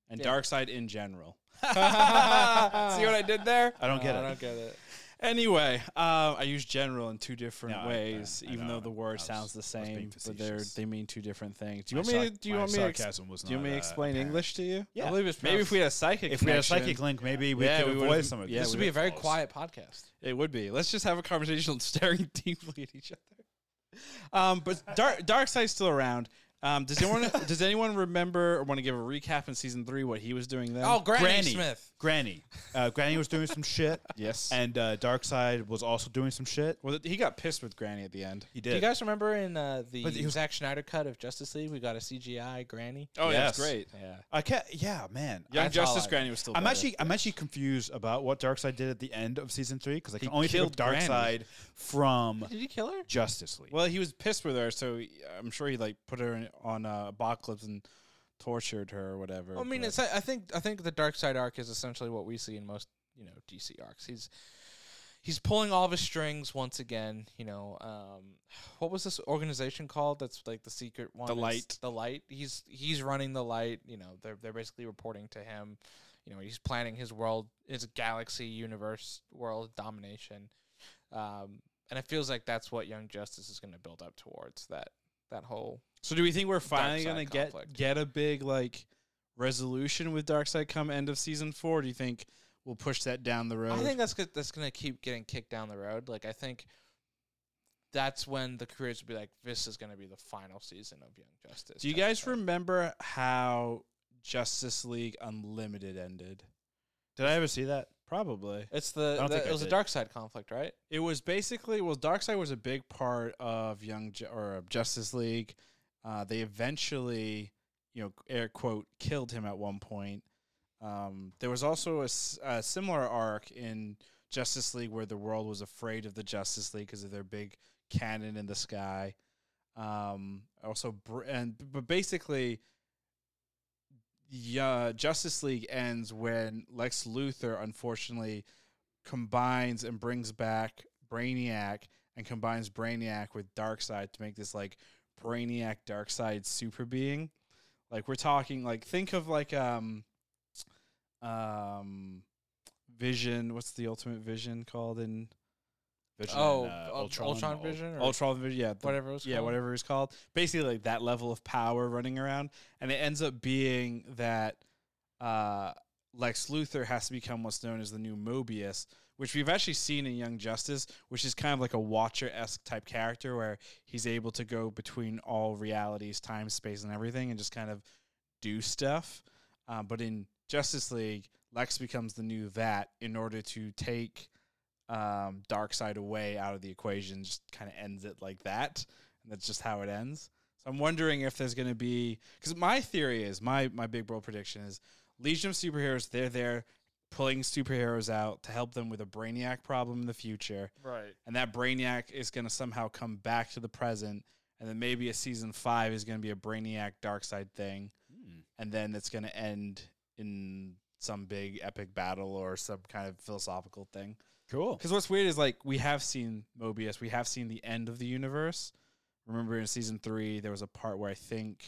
Speaker 1: and
Speaker 3: Yeah.
Speaker 1: Dark Side in general. See what I did there?
Speaker 2: I don't get
Speaker 3: I
Speaker 2: it.
Speaker 3: don't get it.
Speaker 1: Anyway, uh, I use general in two different
Speaker 2: No, I- I-
Speaker 1: ways,
Speaker 2: I
Speaker 1: even
Speaker 2: know,
Speaker 1: though the
Speaker 2: I
Speaker 1: word
Speaker 2: was-
Speaker 1: sounds the
Speaker 2: was being
Speaker 1: same, but they are
Speaker 2: facetious.
Speaker 1: they mean two different things. Do you
Speaker 2: My
Speaker 1: want me?
Speaker 2: sarc-
Speaker 1: To, do you
Speaker 2: my
Speaker 1: want me? To ex-
Speaker 2: sarcasm was
Speaker 1: do you
Speaker 2: not,
Speaker 1: want me to
Speaker 2: uh,
Speaker 1: explain
Speaker 2: apparent.
Speaker 1: English to you?
Speaker 2: Yeah.
Speaker 1: I believe it's maybe if we had a psychic.
Speaker 2: If we had a
Speaker 1: connection,
Speaker 2: psychic link, maybe we
Speaker 1: Yeah,
Speaker 2: could
Speaker 1: we
Speaker 2: avoid
Speaker 1: would've-
Speaker 2: some of
Speaker 1: yeah,
Speaker 2: this.
Speaker 3: this
Speaker 1: we
Speaker 3: would be a
Speaker 1: would've
Speaker 3: very
Speaker 2: close.
Speaker 3: quiet podcast.
Speaker 1: It would be. Let's just have a conversation staring deeply at each other. Um, but Dark Dark Side's still around. Um, does anyone does anyone remember or want to give a recap in season three what he was doing then?
Speaker 3: Oh, Granny,
Speaker 2: Um, Granny
Speaker 3: Smith.
Speaker 2: Granny. Uh, Granny was doing some shit,
Speaker 1: yes. And
Speaker 2: and uh, Darkseid was also doing some shit.
Speaker 1: well, he got pissed with Granny at the end.
Speaker 2: He
Speaker 3: Do you
Speaker 2: did.
Speaker 3: guys remember in uh, the
Speaker 2: But he was-
Speaker 3: Zack Schneider cut of Justice League? We got a CGI Granny.
Speaker 1: Oh, yeah, that's
Speaker 2: Yes.
Speaker 1: great.
Speaker 3: Yeah.
Speaker 2: I can't. Yeah, man.
Speaker 1: Young
Speaker 3: That's all
Speaker 1: Justice
Speaker 3: I-
Speaker 1: Granny was still.
Speaker 2: I'm
Speaker 1: better.
Speaker 2: actually I'm actually confused about what Darkseid did at the end of season three because I can only think of
Speaker 1: killed Granny.
Speaker 2: Darkseid from
Speaker 3: Did you kill her?
Speaker 2: Justice League.
Speaker 1: Well, he was pissed with her, so he- I'm sure he like put her in, on uh, Apocalypse and tortured her or whatever.
Speaker 3: I mean,
Speaker 1: but-
Speaker 3: it's, I think I think the dark side arc is essentially what we see in most you know DC arcs. He's he's pulling all of his strings once again. You know, um, what was this organization called? That's like the secret one. It's
Speaker 1: Light.
Speaker 3: The light. He's he's running the light. You know, they're they're basically reporting to him. You know, he's planning his world, his galaxy, universe, world domination. Um, and it feels like that's what Young Justice is going to build up towards. That that whole
Speaker 1: so do we think we're finally
Speaker 3: Darkseid
Speaker 1: gonna get
Speaker 3: conflict.
Speaker 1: get a big like resolution with Darkseid come end of season four? Do you think we'll push that down the road?
Speaker 3: I think that's go- that's gonna keep getting kicked down the road. Like I think that's when the creators will be like, this is gonna be the final season of Young Justice.
Speaker 1: Do you
Speaker 3: type of
Speaker 1: guys
Speaker 3: thing.
Speaker 1: remember how Justice League Unlimited ended?
Speaker 2: did I ever see that?
Speaker 1: Probably.
Speaker 3: It's the,
Speaker 2: don't
Speaker 3: the-
Speaker 2: think
Speaker 3: it
Speaker 2: I
Speaker 3: was a
Speaker 2: did.
Speaker 3: dark side conflict, right?
Speaker 1: It was basically well, Darkseid was a big part of Young Ju- or of Justice League. Uh, they eventually, you know, air quote, killed him at one point. Um, there was also a, s- a similar arc in Justice League where the world was afraid of the Justice League because of their big cannon in the sky. Um, also, br- and but basically, yeah, Justice League ends when Lex Luthor unfortunately combines and brings back Brainiac and combines Brainiac with Darkseid to make this like Brainiac Darkseid super being. Like we're talking like think of like um um Vision, what's the ultimate vision called in
Speaker 2: Vision
Speaker 3: Oh,
Speaker 2: and, uh,
Speaker 3: Ul- Ultron,
Speaker 2: Ul-
Speaker 3: Vision or
Speaker 1: Ultron Vision, yeah, the-
Speaker 3: whatever it was.
Speaker 1: yeah,
Speaker 3: called.
Speaker 1: whatever it's called. Basically, like that level of power running around, and it ends up being that uh, Lex Luthor has to become what's known as the new Mobius, which we've actually seen in Young Justice, which is kind of like a Watcher esque type character where he's able to go between all realities, time, space, and everything, and just kind of do stuff. Uh, but in Justice League, Lex becomes the new that in order to take um, Darkseid away out of the equation, just kind of ends it like that. And that's just how it ends. So I'm wondering if there's going to be. Because my theory is, my, my big bro prediction is Legion of Superheroes, they're there pulling superheroes out to help them with a Brainiac problem in the future
Speaker 3: Right.
Speaker 1: and that Brainiac is going to somehow come back to the present, and then maybe a season five is going to be a Brainiac Dark Side thing,
Speaker 2: Hmm.
Speaker 1: and then it's going to end in some big epic battle or some kind of philosophical thing.
Speaker 2: Cool.
Speaker 1: Because what's weird is like we have seen Mobius, we have seen the end of the universe. Remember in season three, there was a part where I think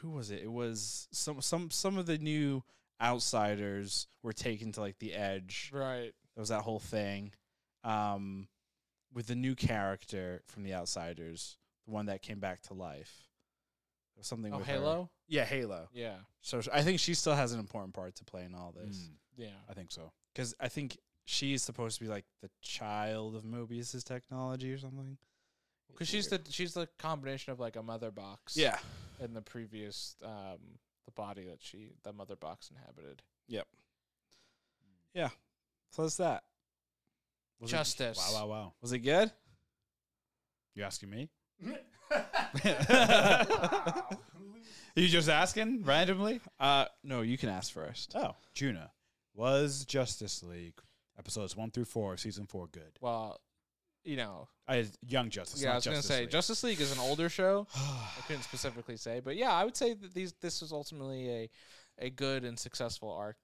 Speaker 1: who was it? It was some some some of the new outsiders were taken to like the edge.
Speaker 3: Right.
Speaker 1: There was that whole thing um, with the new character from The Outsiders, the one that came back to life. There was something
Speaker 3: Oh,
Speaker 1: with her.
Speaker 3: Halo.
Speaker 1: Yeah, Halo.
Speaker 3: Yeah.
Speaker 1: So sh- I think she still has an important part to play in all this
Speaker 2: Hmm.
Speaker 3: Yeah.
Speaker 2: I think so.
Speaker 1: because I think she is supposed to be like the child of Mobius's technology or something.
Speaker 3: Because she's the she's the combination of like a mother box.
Speaker 1: yeah.
Speaker 3: In the previous um the body that she the mother box inhabited.
Speaker 1: So that's that. Was it,
Speaker 3: Justice.
Speaker 2: Wow, wow, wow.
Speaker 1: was it good?
Speaker 2: You asking me? you just asking randomly?
Speaker 1: Uh, no, you can ask first.
Speaker 2: Oh, Juna was Justice League episodes one through four, of season four. Good.
Speaker 3: Well, you know.
Speaker 2: I Young Justice.
Speaker 3: yeah,
Speaker 2: not
Speaker 3: I was gonna
Speaker 2: Justice
Speaker 3: say
Speaker 2: League.
Speaker 3: Justice League is an older show. I couldn't specifically say, but yeah, I would say that these this was ultimately a a good and successful arc.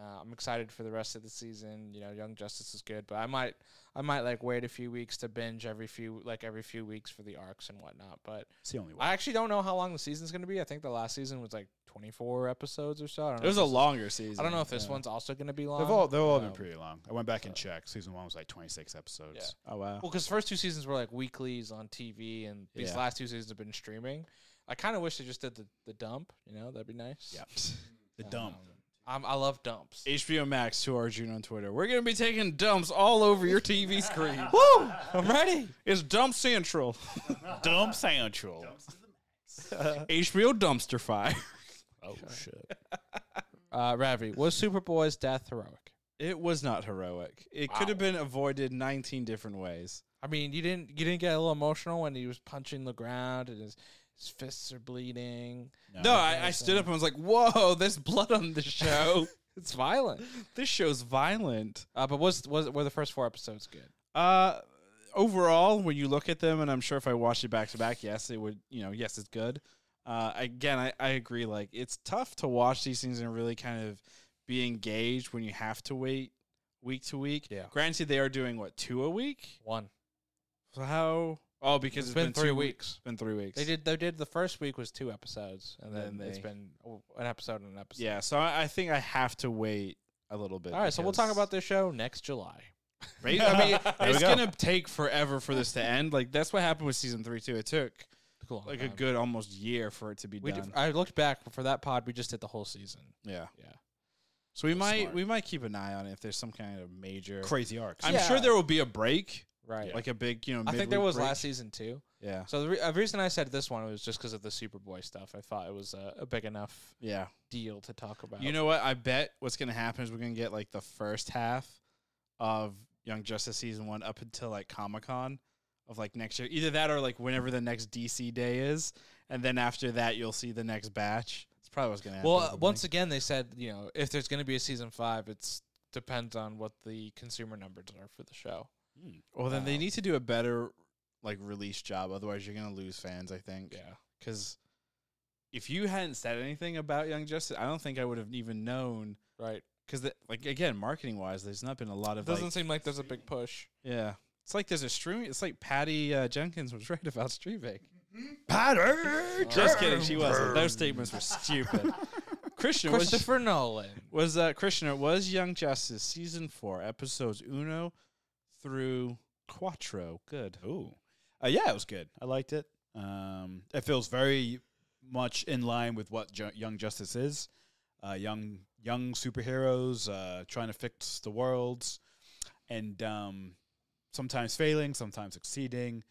Speaker 3: Uh, I'm excited for the rest of the season. You know, Young Justice is good, but I might I might like wait a few weeks to binge every few like every few weeks for the arcs and whatnot. But
Speaker 2: It's the only way.
Speaker 3: I actually don't know how long the season's going to be. I think the last season was like 24 episodes or so. I don't
Speaker 1: It
Speaker 3: know
Speaker 1: was
Speaker 3: if
Speaker 1: a
Speaker 3: this-
Speaker 1: longer season.
Speaker 3: I don't know if this
Speaker 2: yeah.
Speaker 3: one's also going to be long.
Speaker 2: They've all they've all been
Speaker 3: Um,
Speaker 2: pretty long. I went back and
Speaker 3: so-
Speaker 2: checked. Season one was like 26 episodes.
Speaker 3: Yeah.
Speaker 1: Oh wow.
Speaker 3: Well, because first two seasons were like weeklies on TV, and these
Speaker 2: Yeah.
Speaker 3: last two seasons have been streaming. I kind of wish they just did the, the dump. You know, that'd be nice.
Speaker 2: Yeah. The dump.
Speaker 3: Um, I'm, I love dumps.
Speaker 1: HBO Max to our June on Twitter. We're gonna be taking dumps all over your TV screen.
Speaker 3: Woo! I'm ready.
Speaker 1: It's Dump Central.
Speaker 2: Dump Central.
Speaker 1: HBO Dumpster Fire.
Speaker 2: Oh shit.
Speaker 3: Uh, Ravi, was Superboy's death heroic?
Speaker 1: It was not heroic. It
Speaker 3: Wow.
Speaker 1: could have been avoided 19 different ways.
Speaker 3: I mean, you didn't you didn't get a little emotional when he was punching the ground and his, his fists are bleeding.
Speaker 1: No, I, I stood up and was like, "Whoa, there's blood on this show.
Speaker 3: It's violent.
Speaker 1: this show's violent."
Speaker 3: Uh, but was was were the first four episodes good?
Speaker 1: Uh, overall, when you look at them, and I'm sure if I watched it back to back, yes, it would. You know, yes, it's good. Uh, again, I, I agree. Like, it's tough to watch these things and really kind of be engaged when you have to wait week to week.
Speaker 3: Yeah.
Speaker 1: Granted, they are doing what two a week.
Speaker 3: One.
Speaker 1: So how? Oh, because
Speaker 3: It's been three
Speaker 1: two-
Speaker 3: weeks.
Speaker 1: It's been three weeks.
Speaker 3: They did. They did. The first week was two episodes, and then,
Speaker 1: Then
Speaker 3: it's
Speaker 1: they-
Speaker 3: been oh, an episode and an episode.
Speaker 1: Yeah. So I, I think I have to wait a little bit.
Speaker 3: All right, so we'll talk
Speaker 1: because-
Speaker 3: about this show next July.
Speaker 1: Right? I mean,
Speaker 2: we
Speaker 1: it's
Speaker 2: go.
Speaker 1: gonna take forever for this to end. Like that's what happened with season three too. It took
Speaker 3: Took long
Speaker 1: like a
Speaker 3: time.
Speaker 1: good almost year for it to be
Speaker 3: We
Speaker 1: done.
Speaker 3: did, I looked back for that pod. We just did the whole season.
Speaker 1: yeah,
Speaker 3: Yeah.
Speaker 1: So we might
Speaker 2: smart.
Speaker 1: we might keep an eye on it if there's some kind of major.
Speaker 2: Crazy arcs.
Speaker 1: I'm
Speaker 3: Yeah.
Speaker 1: sure there will be a break,
Speaker 3: Right.
Speaker 1: like a big you know.
Speaker 3: I think there
Speaker 1: midweek
Speaker 3: was
Speaker 1: break.
Speaker 3: last season too.
Speaker 1: Yeah,
Speaker 3: So the, re- uh, reason I said this one was just because of the Superboy stuff. I thought it was a, a big enough
Speaker 1: yeah.
Speaker 3: deal to talk about.
Speaker 1: You know what? I bet what's gonna happen is we're gonna get like the first half of Young Justice season one up until like Comic Con of like next year. Either that or like whenever the next DC day is, and then after that you'll see the next batch. That's probably what's gonna happen.
Speaker 3: well,
Speaker 1: with
Speaker 3: uh,
Speaker 1: the
Speaker 3: once
Speaker 1: Blink.
Speaker 3: again, they said you know if there's going to be a season five, it's depends on what the consumer numbers are for the show.
Speaker 1: well then they
Speaker 3: um,
Speaker 1: need to do a better like release job. Otherwise, you're gonna lose fans. I think.
Speaker 3: Yeah.
Speaker 1: because if you hadn't said anything about Young Justice, I don't think I would have even known.
Speaker 3: Right.
Speaker 1: Because like again, marketing wise, there's not been a lot
Speaker 3: It
Speaker 1: of
Speaker 3: doesn't
Speaker 1: like-
Speaker 3: seem like there's a big push.
Speaker 1: yeah. It's like there's a stream. It's like Patty uh, Jenkins was right about Streaming.
Speaker 2: Pattern.
Speaker 1: Just kidding, she wasn't. Those statements were stupid. Christian was
Speaker 3: Christopher Nolan.
Speaker 1: was uh, Christian it was Young Justice season four episodes uno through quattro. Good.
Speaker 2: Ooh. Uh, yeah, it was good. I liked it. Um, it feels very much in line with what Ju- Young Justice is. Uh, young young superheroes uh, trying to fix the worlds, and um, sometimes failing, sometimes succeeding,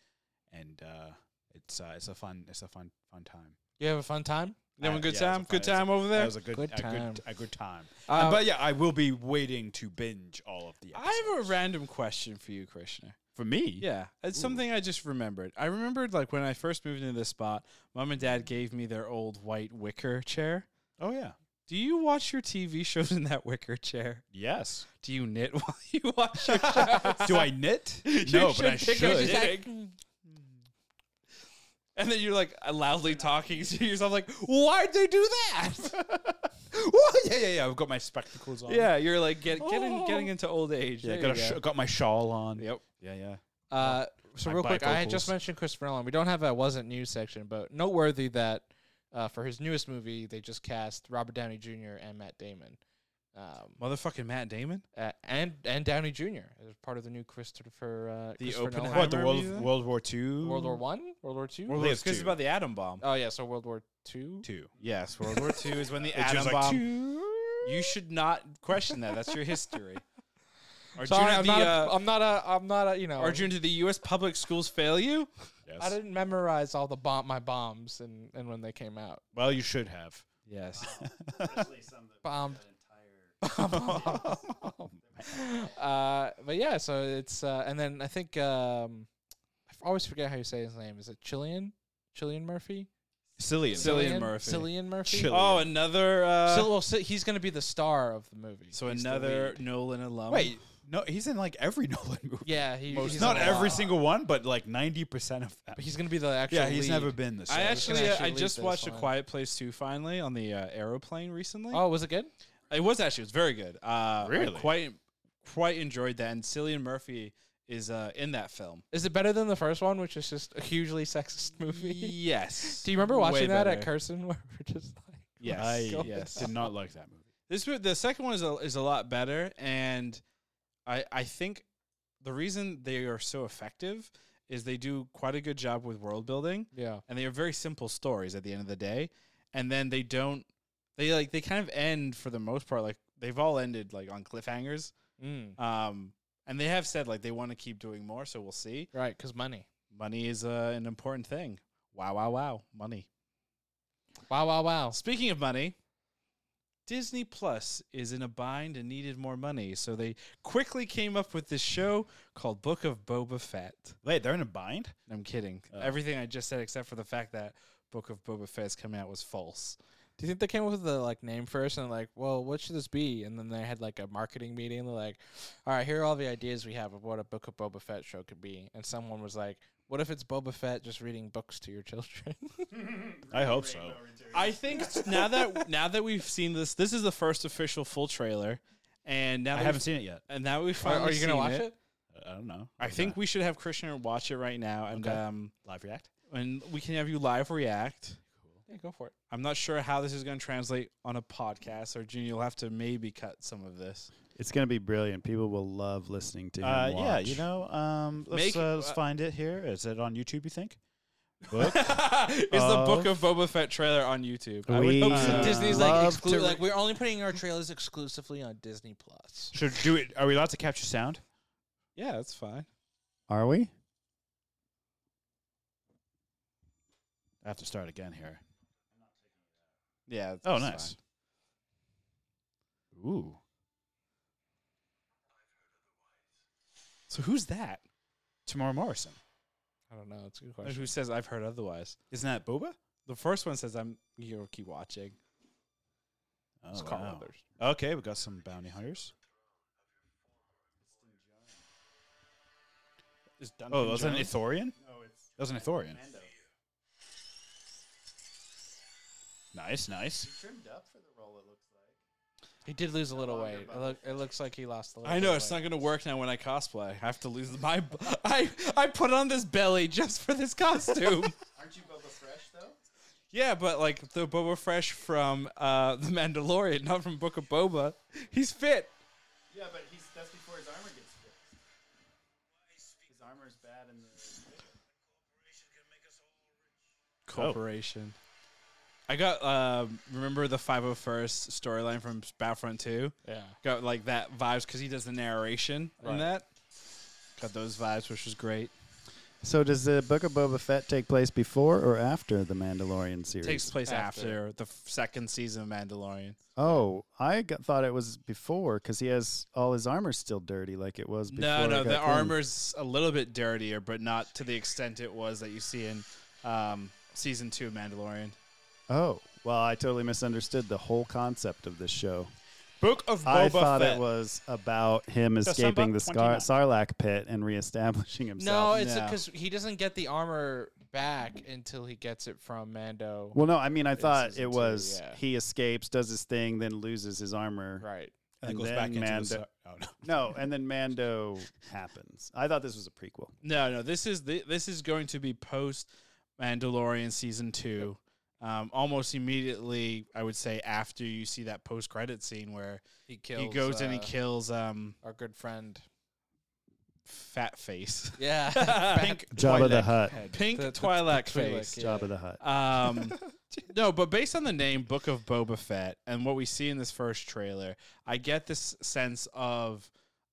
Speaker 2: and uh, it's uh, it's a fun it's a fun fun time.
Speaker 3: You have a fun time.
Speaker 1: You having a
Speaker 2: Uh,
Speaker 1: good
Speaker 2: yeah, it was
Speaker 1: time?
Speaker 2: a
Speaker 1: Good
Speaker 2: fun-
Speaker 1: time over
Speaker 2: That
Speaker 1: there.
Speaker 2: was a good
Speaker 3: Good
Speaker 2: a
Speaker 3: time.
Speaker 2: good a good time.
Speaker 3: Uh,
Speaker 2: but yeah, I will be waiting to binge all of the. Episodes.
Speaker 1: I have a random question for you, Krishna.
Speaker 2: for me.
Speaker 1: Yeah, it's
Speaker 2: Ooh.
Speaker 1: something I just remembered. I remembered like when I first moved into this spot, mom and dad gave me their old white wicker chair.
Speaker 2: Oh yeah.
Speaker 1: Do you watch your TV shows in that wicker chair?
Speaker 2: Yes.
Speaker 1: Do you knit while you watch your shows?
Speaker 2: Do I knit? no, but I
Speaker 1: pick up
Speaker 2: should.
Speaker 1: your knitting. And then you're like loudly talking to yourself, like, why'd they do that?
Speaker 2: Whoa, yeah, yeah, yeah. I've got my spectacles on.
Speaker 1: yeah, Oh. you're like get, getting getting into old age.
Speaker 2: yeah.
Speaker 1: There
Speaker 2: Got, a
Speaker 1: you
Speaker 2: sh-
Speaker 1: go.
Speaker 2: got my shawl on.
Speaker 1: Yep.
Speaker 2: Yeah, yeah.
Speaker 3: Uh, so
Speaker 2: My
Speaker 3: real quick, I had just
Speaker 2: bifocals.
Speaker 3: mentioned Christopher Nolan. We don't have a wasn't news section, but noteworthy that uh, for his newest movie, they just cast Robert Downey Jr. and Matt Damon, um,
Speaker 1: Motherfucking Matt Damon.
Speaker 3: uh, and and Downey Jr. as part of the new Christopher uh,
Speaker 1: The
Speaker 3: Christopher
Speaker 1: Oppenheimer
Speaker 3: Nolan-
Speaker 2: What the
Speaker 1: Timer
Speaker 2: World
Speaker 1: music?
Speaker 2: World War Two?
Speaker 3: World War One, World War Two.
Speaker 2: World War
Speaker 1: Because it's
Speaker 2: Two.
Speaker 1: about the atom bomb.
Speaker 3: Oh yeah, so World War Two.
Speaker 2: Two.
Speaker 1: Yes, World War II is when the
Speaker 2: It's
Speaker 1: atom
Speaker 2: just like
Speaker 1: bomb.
Speaker 2: two.
Speaker 1: You should not question that. That's your history. Or
Speaker 3: Sorry,
Speaker 1: June
Speaker 3: I'm
Speaker 1: to
Speaker 3: not,
Speaker 1: the,
Speaker 3: a,
Speaker 1: uh,
Speaker 3: I'm not a. I'm not a. You know,
Speaker 1: or June did the U.S. public schools fail you?
Speaker 3: I
Speaker 2: Yes.
Speaker 3: didn't memorize all the bomb my bombs and and when they came out.
Speaker 2: Well, you should have.
Speaker 1: Yes.
Speaker 3: Bombed. uh, but yeah, so it's uh, and then I think um, I f- always forget how you say his name. Is it Chilean? Chilean Murphy?
Speaker 2: Cillian.
Speaker 1: Cillian Murphy.
Speaker 3: Cillian Murphy.
Speaker 2: Chil-
Speaker 1: Oh, another. Uh,
Speaker 3: Cil- well, Cil- he's going to be the star of the movie.
Speaker 1: so
Speaker 3: He's the
Speaker 1: another
Speaker 3: lead.
Speaker 1: Nolan alum.
Speaker 2: Wait, no, he's in like every Nolan movie.
Speaker 3: Yeah, he,
Speaker 1: Most-
Speaker 3: he's
Speaker 2: not
Speaker 3: in a
Speaker 2: every
Speaker 3: lot.
Speaker 2: single one, but like ninety percent of them.
Speaker 3: But he's going to be the actual.
Speaker 2: yeah, he's
Speaker 3: lead.
Speaker 2: never been this.
Speaker 1: I
Speaker 3: he's
Speaker 1: actually,
Speaker 3: gonna
Speaker 1: uh,
Speaker 3: actually
Speaker 1: I
Speaker 3: lead
Speaker 1: just
Speaker 3: this
Speaker 1: watched A
Speaker 3: one.
Speaker 1: Quiet Place 2 finally on the uh, aeroplane recently.
Speaker 3: Oh, was it good?
Speaker 1: It was actually it was very good. Uh, I
Speaker 2: Really?
Speaker 1: quite quite enjoyed that. And Cillian Murphy is uh, in that film.
Speaker 3: Is it better than the first one, which is just a hugely sexist movie?
Speaker 1: Yes.
Speaker 3: Do you remember watching
Speaker 1: Way
Speaker 3: that at
Speaker 1: better.
Speaker 3: Carson, where we're just like,
Speaker 1: Yes.
Speaker 2: I
Speaker 1: yes.
Speaker 2: did not like that movie.
Speaker 1: This mo- the second one is a, is a lot better, and I I think the reason they are so effective is they do quite a good job with world building,
Speaker 3: yeah,
Speaker 1: and they are very simple stories at the end of the day, and then they don't they like they kind of end for the most part like they've all ended like on cliffhangers,
Speaker 3: mm.
Speaker 1: um, and they have said like they want to keep doing more, so we'll see.
Speaker 3: right? Because money.
Speaker 1: Money is uh, an important thing. Wow, wow, wow, money.
Speaker 3: Wow, wow, wow.
Speaker 1: Speaking of money, Disney Plus is in a bind and needed more money, so they quickly came up with this show called Book of Boba Fett.
Speaker 2: Wait, they're in a bind.
Speaker 1: I'm kidding.
Speaker 2: Oh.
Speaker 1: Everything I just said, except for the fact that Book of Boba Fett's coming out, was false.
Speaker 3: Do you think they came up with the like name first and like, well, what should this be? And then they had like a marketing meeting. They're like, all right, here are all the ideas we have of what a Book of Boba Fett show could be. And someone was like, what if it's Boba Fett just reading books to your children?
Speaker 2: I hope so.
Speaker 1: I think now that now that we've seen this, this is the first official full trailer, and now
Speaker 2: I
Speaker 1: that
Speaker 2: haven't
Speaker 1: we've-
Speaker 2: seen it yet.
Speaker 1: and now that we've
Speaker 3: are,
Speaker 1: finally
Speaker 3: are you gonna
Speaker 1: seen
Speaker 3: watch it?
Speaker 2: I don't know.
Speaker 1: I think we should have Krishna watch it right now, and
Speaker 3: Okay.
Speaker 1: um,
Speaker 2: live react.
Speaker 1: and we can have you live react.
Speaker 3: Yeah, go for it.
Speaker 1: I'm not sure how this is going to translate on a podcast, or Junior, you'll have to maybe cut some of this.
Speaker 4: It's going to be brilliant. People will love listening to him.
Speaker 2: Uh, yeah,
Speaker 4: watch.
Speaker 2: you know, um, let's
Speaker 1: Make-
Speaker 2: uh, let's
Speaker 1: uh,
Speaker 2: find it here. Is it on YouTube? You think?
Speaker 1: is
Speaker 2: Book.
Speaker 1: the Book of
Speaker 2: of-
Speaker 1: Boba Fett trailer on YouTube? I
Speaker 4: We-
Speaker 1: would
Speaker 4: Uh,
Speaker 1: hope so.
Speaker 4: Disney's like, love exclu- to- like,
Speaker 3: we're only putting our trailers exclusively on Disney Plus.
Speaker 2: Should do it. Are we allowed to capture sound?
Speaker 1: yeah, that's fine.
Speaker 4: Are we?
Speaker 2: I have to start again here.
Speaker 1: Yeah. that's
Speaker 2: Oh,
Speaker 1: fine.
Speaker 2: nice. Ooh.
Speaker 1: So who's that?
Speaker 2: Tamara Morrison.
Speaker 3: I don't know. It's a good
Speaker 1: Or
Speaker 3: question.
Speaker 1: Who says I've heard otherwise?
Speaker 2: Isn't that Boba?
Speaker 1: The first one says I'm. You know, keep watching.
Speaker 2: Oh,
Speaker 3: Let's call
Speaker 2: wow.
Speaker 3: others.
Speaker 2: Okay, we got some bounty hunters.
Speaker 1: Is
Speaker 2: Oh, that was an
Speaker 1: Jones-
Speaker 2: Ithorian? No, it's that was an Ithorian. Nice, nice.
Speaker 3: He did lose a little weight. It, look, it looks like he lost a little.
Speaker 1: I know
Speaker 3: bit
Speaker 1: it's
Speaker 3: of
Speaker 1: not going to work now when I cosplay. I have to lose my. b- I I put on this belly just for this costume.
Speaker 5: Aren't you Boba Fresh though?
Speaker 1: Yeah, but like the Boba Fresh from uh, The Mandalorian, not from Book of Boba. He's fit.
Speaker 5: Yeah, but he's that's before his armor gets fixed. His armor is bad in the.
Speaker 1: Corporation. Oh. I got um, remember the 501st storyline from Battlefront 2?
Speaker 3: weight. Yeah.
Speaker 1: Got like that vibes because he does the narration
Speaker 3: Right.
Speaker 1: in that. Got those vibes, which was great.
Speaker 4: So does the Book of Boba Fett take place before or after the Mandalorian series?
Speaker 1: Takes place
Speaker 3: After.
Speaker 1: after, the f- second season of Mandalorian.
Speaker 4: oh, I got, thought it was before because he has all his armor still dirty, like it was. before
Speaker 1: No,
Speaker 4: it
Speaker 1: no,
Speaker 4: got
Speaker 1: the
Speaker 4: cleaned.
Speaker 1: armor's a little bit dirtier, but not to the extent it was that you see in um, season two of Mandalorian.
Speaker 4: Oh, well, I totally misunderstood the whole concept of this show.
Speaker 2: Book of Boba
Speaker 4: I thought
Speaker 2: Fett.
Speaker 4: it was about him
Speaker 2: December
Speaker 4: escaping the Scar-
Speaker 2: 29th.
Speaker 4: Sarlacc pit and reestablishing
Speaker 3: No,
Speaker 4: himself.
Speaker 3: it's
Speaker 1: No.
Speaker 3: because he doesn't get the armor back until he gets it from Mando.
Speaker 4: Well, no, I mean, I thought
Speaker 3: season
Speaker 4: it
Speaker 3: two,
Speaker 4: was
Speaker 3: yeah.
Speaker 4: he escapes, does his thing, then loses his armor.
Speaker 3: right.
Speaker 2: And it
Speaker 4: and
Speaker 2: goes
Speaker 4: then
Speaker 2: back into
Speaker 4: Mando-
Speaker 2: the. Sar- oh, no.
Speaker 4: No, and then Mando happens. I thought this was a prequel.
Speaker 1: No, no. This is the, this is going to be post Mandalorian season two. Um, almost immediately, I would say after you see that post credit scene where
Speaker 3: He kills.
Speaker 1: he goes and he
Speaker 3: uh,
Speaker 1: kills um,
Speaker 3: our good friend.
Speaker 1: Fat Face,
Speaker 3: Yeah.
Speaker 1: Pink
Speaker 4: Jabba the
Speaker 1: Twi'lek.
Speaker 4: Hutt.
Speaker 1: Pink
Speaker 3: The- the- the
Speaker 1: Twi'lek
Speaker 3: Twi'lek,
Speaker 1: face.
Speaker 3: yeah.
Speaker 4: Jabba the Hutt.
Speaker 1: Um, no, but based on the name Book of Boba Fett and what we see in this first trailer, I get this sense of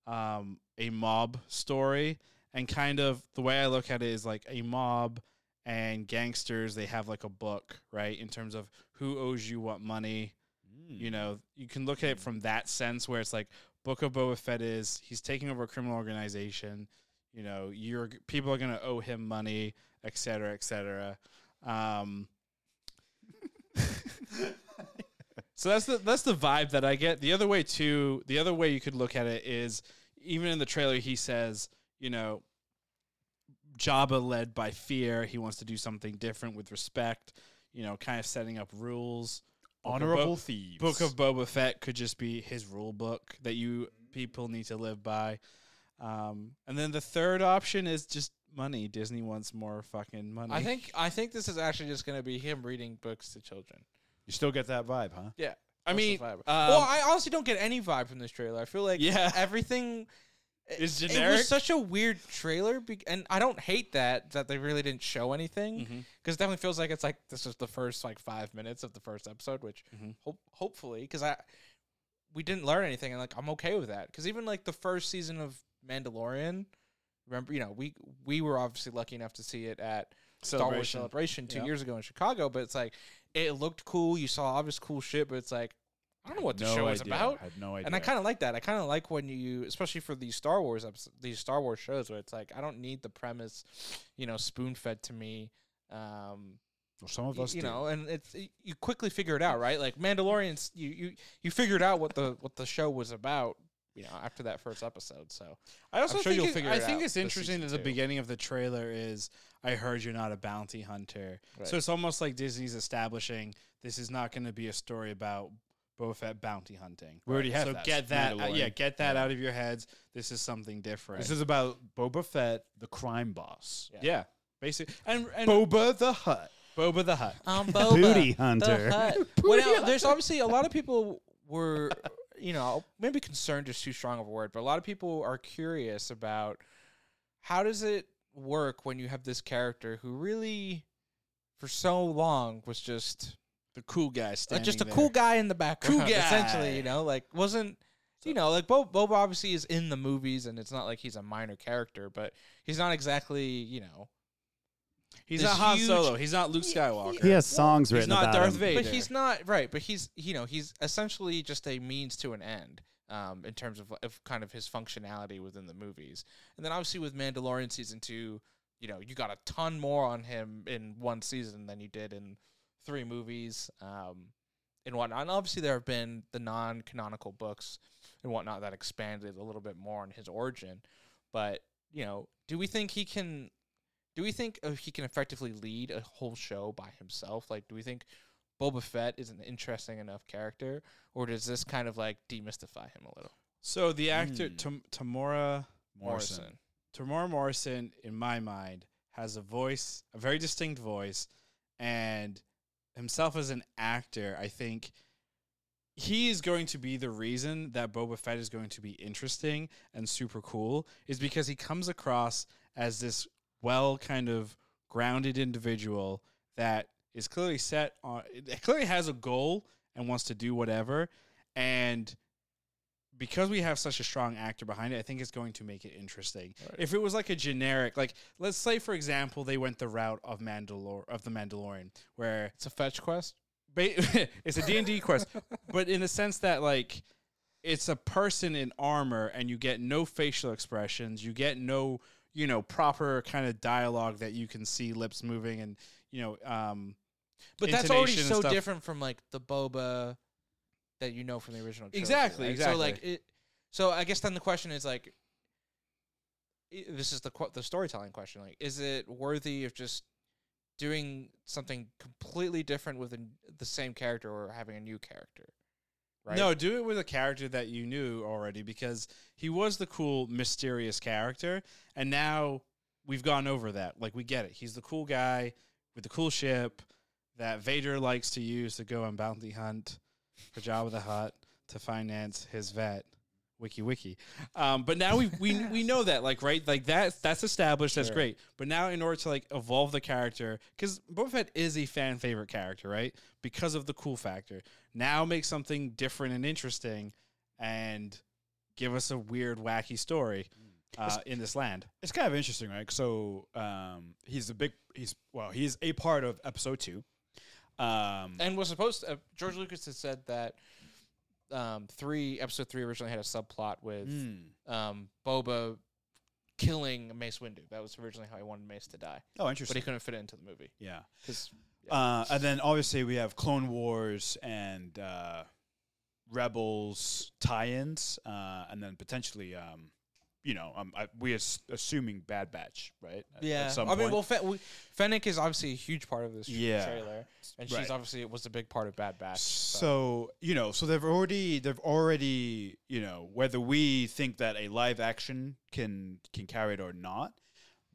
Speaker 1: um, a mob story. And kind of the way I look at it is like a mob and gangsters, they have like a book, right? In terms of who owes you what money.
Speaker 2: Mm. Hmm.
Speaker 1: You know, you can look at it from that sense where it's like Book of Boba Fett is he's taking over a criminal organization. You know, you're people are going to owe him money, et cetera, et cetera. Um, so that's the that's the vibe that I get. The other way too, the other way you could look at it is even in the trailer he says, you know, Jabba led by fear. He wants to do something different with respect. You know, kind of setting up rules.
Speaker 2: Honorable thieves.
Speaker 1: Book of Boba Fett could just be his rule book that you people need to live by. Um, and then the third option is just money. Disney wants more fucking money.
Speaker 3: I think I think this is actually just going to be him reading books to children.
Speaker 2: You still get that vibe, huh?
Speaker 3: Yeah.
Speaker 1: I
Speaker 3: That's the
Speaker 1: mean,
Speaker 3: vibe.
Speaker 1: um,
Speaker 3: well, I honestly don't get any vibe from this trailer. I feel like
Speaker 1: Yeah.
Speaker 3: everything it-
Speaker 1: It's
Speaker 3: It
Speaker 1: generic?
Speaker 3: was such a weird trailer, be- and I don't hate that that they really didn't show anything because
Speaker 1: Mhm.
Speaker 3: it definitely feels like it's like this is the first like five minutes of the first episode, which
Speaker 1: Mhm.
Speaker 3: hope hopefully because I we didn't learn anything, and like I'm okay with that because even like the first season of Mandalorian, remember you know we we were obviously lucky enough to see it at Star Wars
Speaker 1: Celebration.
Speaker 3: Celebration two
Speaker 1: Yeah.
Speaker 3: years ago in Chicago, but it's like it looked cool. You saw obvious cool shit, but it's like I don't know what the
Speaker 2: No
Speaker 3: show is
Speaker 2: idea.
Speaker 3: about.
Speaker 2: I had no idea.
Speaker 3: And I kind of like that. I kind of like when you, especially for these Star Wars episodes, these Star Wars shows, where it's like I don't need the premise, you know, spoon fed to me. Um,
Speaker 2: Well, some of
Speaker 3: y-
Speaker 2: us
Speaker 3: you
Speaker 2: do.
Speaker 3: know, and it's y- you quickly figure it out, right? Like Mandalorians, you you you figured out what the what the show was about, you know, after that first episode. So
Speaker 1: I also
Speaker 3: I'm sure
Speaker 1: think
Speaker 3: you'll
Speaker 1: it-
Speaker 3: figure
Speaker 1: I
Speaker 3: it
Speaker 1: think
Speaker 3: out
Speaker 1: it's
Speaker 3: this
Speaker 1: interesting
Speaker 3: season
Speaker 1: that the
Speaker 3: too.
Speaker 1: beginning of the trailer is I heard you're not a bounty hunter. So it's almost like Disney's establishing this is not going to be a story about Boba Fett bounty hunting.
Speaker 2: We already have
Speaker 1: so
Speaker 2: that.
Speaker 1: get that uh, yeah,
Speaker 2: Mandalorian.
Speaker 1: get that out of your heads. This is something different.
Speaker 2: This is about Boba Fett, the crime boss.
Speaker 3: Yeah.
Speaker 1: yeah, basic and, and
Speaker 2: Boba the Hutt.
Speaker 1: Boba the Hutt.
Speaker 3: um,
Speaker 4: Booty hunter.
Speaker 3: Uh-huh. well, now, there's obviously a lot of people were, you know, maybe concerned is too strong of a word, but a lot of people are curious about how does it work when you have this character who really, for so long, was just
Speaker 1: The cool guy
Speaker 3: uh,
Speaker 1: standing
Speaker 3: just a
Speaker 1: there.
Speaker 3: cool guy in the background,
Speaker 1: Cool guy.
Speaker 3: essentially. You know, like wasn't. You know, like Bob, Bob obviously is in the movies, and it's not like he's a minor character, but he's not exactly, you know,
Speaker 1: He's
Speaker 3: this
Speaker 1: not Han
Speaker 3: huge-
Speaker 1: Solo. He's not Luke
Speaker 3: Yeah,
Speaker 1: Skywalker.
Speaker 4: He has songs
Speaker 1: He's
Speaker 4: written
Speaker 1: not
Speaker 4: about
Speaker 1: Darth
Speaker 4: him.
Speaker 1: Vader.
Speaker 3: But he's not right. But he's you know he's essentially just a means to an end um, in terms of, of kind of his functionality within the movies. And then obviously with Mandalorian season two, you know you got a ton more on him in one season than you did in three movies um, and whatnot. And obviously there have been the non-canonical books and whatnot that expanded a little bit more on his origin. But you know, do we think he can? Do we think uh, he can effectively lead a whole show by himself? Like, do we think Boba Fett is an interesting enough character, or does this kind of like demystify him a little?
Speaker 1: So the actor
Speaker 2: Hmm.
Speaker 1: Tam- Tamora
Speaker 2: Morrison.
Speaker 1: Tamora Morrison, in my mind, has a voice, a very distinct voice, and himself as an actor, I think he is going to be the reason that Boba Fett is going to be interesting and super cool, is because he comes across as this well kind of grounded individual that is clearly set on, it clearly has a goal and wants to do whatever. And because we have such a strong actor behind it, I think it's going to make it interesting. If it was like a generic, like let's say for example, they went the route of Mandalor of the Mandalorian, where
Speaker 3: It's a fetch quest.
Speaker 1: ba- it's a D and D quest, but in the sense that like it's a person in armor, and you get no facial expressions, you get no you know proper kind of dialogue that you can see lips moving and you know um
Speaker 3: But that's already
Speaker 1: intonation and
Speaker 3: so
Speaker 1: stuff.
Speaker 3: different from like the Boba that you know from the original. trilogy,
Speaker 1: Exactly,
Speaker 3: right? So like it. So I guess then the question is like, i- this is the qu- the storytelling question. Like, is it worthy of just doing something completely different with an, the same character or having a new character? Right.
Speaker 1: No, do it with a character that you knew already because he was the cool, mysterious character, and now we've gone over that. Like we get it. He's the cool guy with the cool ship that Vader likes to use to go on bounty hunt for Jabba the Hutt to finance his vet. Wiki wiki. Um, but now we we we know that like right like that's that's established. That's
Speaker 3: Sure.
Speaker 1: great. But now in order to like evolve the character, because Boba Fett is a fan favorite character, right? Because of the cool factor. Now make something different and interesting, and give us a weird wacky story uh, in this land.
Speaker 2: It's kind of interesting, right? So um, he's a big, he's, well, he's a part of episode two. Um,
Speaker 3: and was supposed to, uh, George Lucas had said that um, three episode three originally had a subplot with
Speaker 2: mm.
Speaker 3: um, Boba killing Mace Windu. That was originally how he wanted Mace to die,
Speaker 2: Oh,
Speaker 3: but
Speaker 2: interesting.
Speaker 3: he couldn't fit it into the movie
Speaker 2: yeah.
Speaker 3: because
Speaker 2: Uh, and then obviously we have Clone Wars and uh, Rebels tie-ins, uh, and then potentially um, you know, um, I, we as, assuming Bad Batch, right? At- at
Speaker 3: Yeah,
Speaker 2: some
Speaker 3: I mean,
Speaker 2: point.
Speaker 3: well, Fe- we- Fennec is obviously a huge part of this tr-
Speaker 2: Yeah.
Speaker 3: trailer, and
Speaker 2: Right.
Speaker 3: she's obviously was a big part of Bad Batch.
Speaker 2: So you know, so they've already they've already you know whether we think that a live action can can carry it or not,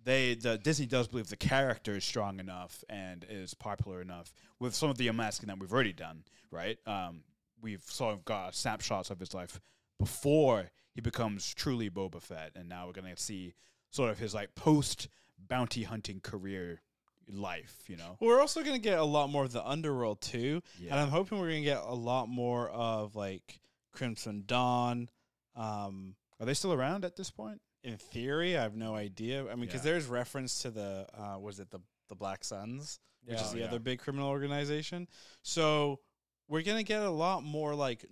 Speaker 2: they the Disney does believe the character is strong enough and is popular enough with some of the unmasking that we've already done. Right, um, we've sort of got snapshots of his life before he becomes truly Boba Fett, and now we're gonna see sort of his like post bounty hunting career life. You know,
Speaker 1: Well, we're also going to get a lot more of the underworld too, and
Speaker 2: Yeah.
Speaker 1: I'm hoping we're going to get a lot more of like Crimson Dawn. Um,
Speaker 2: are they still around at this point?
Speaker 1: in theory, I have no idea. I mean, because
Speaker 2: Yeah.
Speaker 1: there's reference to the uh, was it the the Black Suns, which is
Speaker 2: Yeah.
Speaker 1: the
Speaker 2: Yeah.
Speaker 1: other big criminal organization. So we're gonna get a lot more like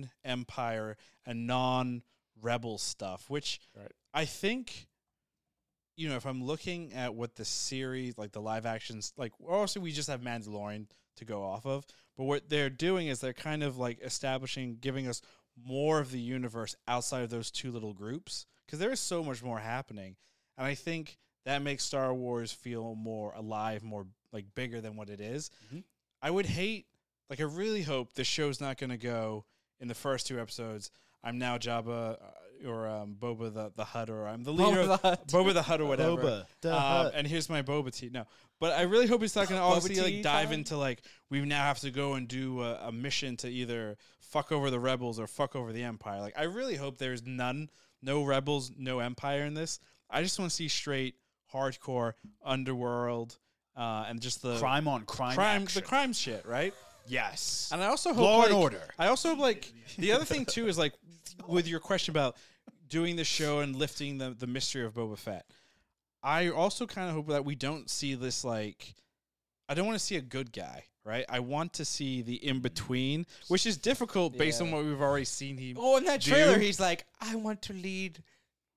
Speaker 1: non-empire and non-rebel stuff, which
Speaker 3: Right.
Speaker 1: I think. You know, if I'm looking at what the series, like the live actions, like obviously we just have Mandalorian to go off of, but what they're doing is they're kind of like establishing, giving us more of the universe outside of those two little groups because there is so much more happening. And I think that makes Star Wars feel more alive, more like bigger than what it is.
Speaker 2: Mhm.
Speaker 1: I would hate, like, I really hope this show's not going to go in the first two episodes. I'm now Jabba uh, or um, Boba the, the Hutt or I'm the leader
Speaker 3: Boba
Speaker 1: of
Speaker 3: the Hutt.
Speaker 1: Boba the Hutt or whatever.
Speaker 4: Boba, the
Speaker 1: Um,
Speaker 4: Hutt.
Speaker 1: and here's my boba tea. No, but I really hope it's not going to obviously
Speaker 3: Boba
Speaker 1: like
Speaker 3: tea
Speaker 1: dive
Speaker 3: time?
Speaker 1: into like we now have to go and do a, a mission to either fuck over the rebels or fuck over the empire. Like I really hope there's none, no rebels, no empire in this. I just want to see straight hardcore underworld uh, and just the
Speaker 2: crime on crime,
Speaker 1: crime the
Speaker 2: action.
Speaker 1: crime shit, right?
Speaker 2: Yes.
Speaker 1: And I also hope
Speaker 2: Law and
Speaker 1: like-
Speaker 2: order.
Speaker 1: I also hope, like the other thing too is like with your question about doing the show and lifting the the mystery of Boba Fett. I also kind of hope that we don't see this like I don't want to see a good guy, right? I want to see the in between, which is difficult based on
Speaker 3: Yeah.
Speaker 1: what we've already seen him.
Speaker 3: oh, in that
Speaker 1: Do
Speaker 3: trailer,
Speaker 1: you-
Speaker 3: he's like, "I want to lead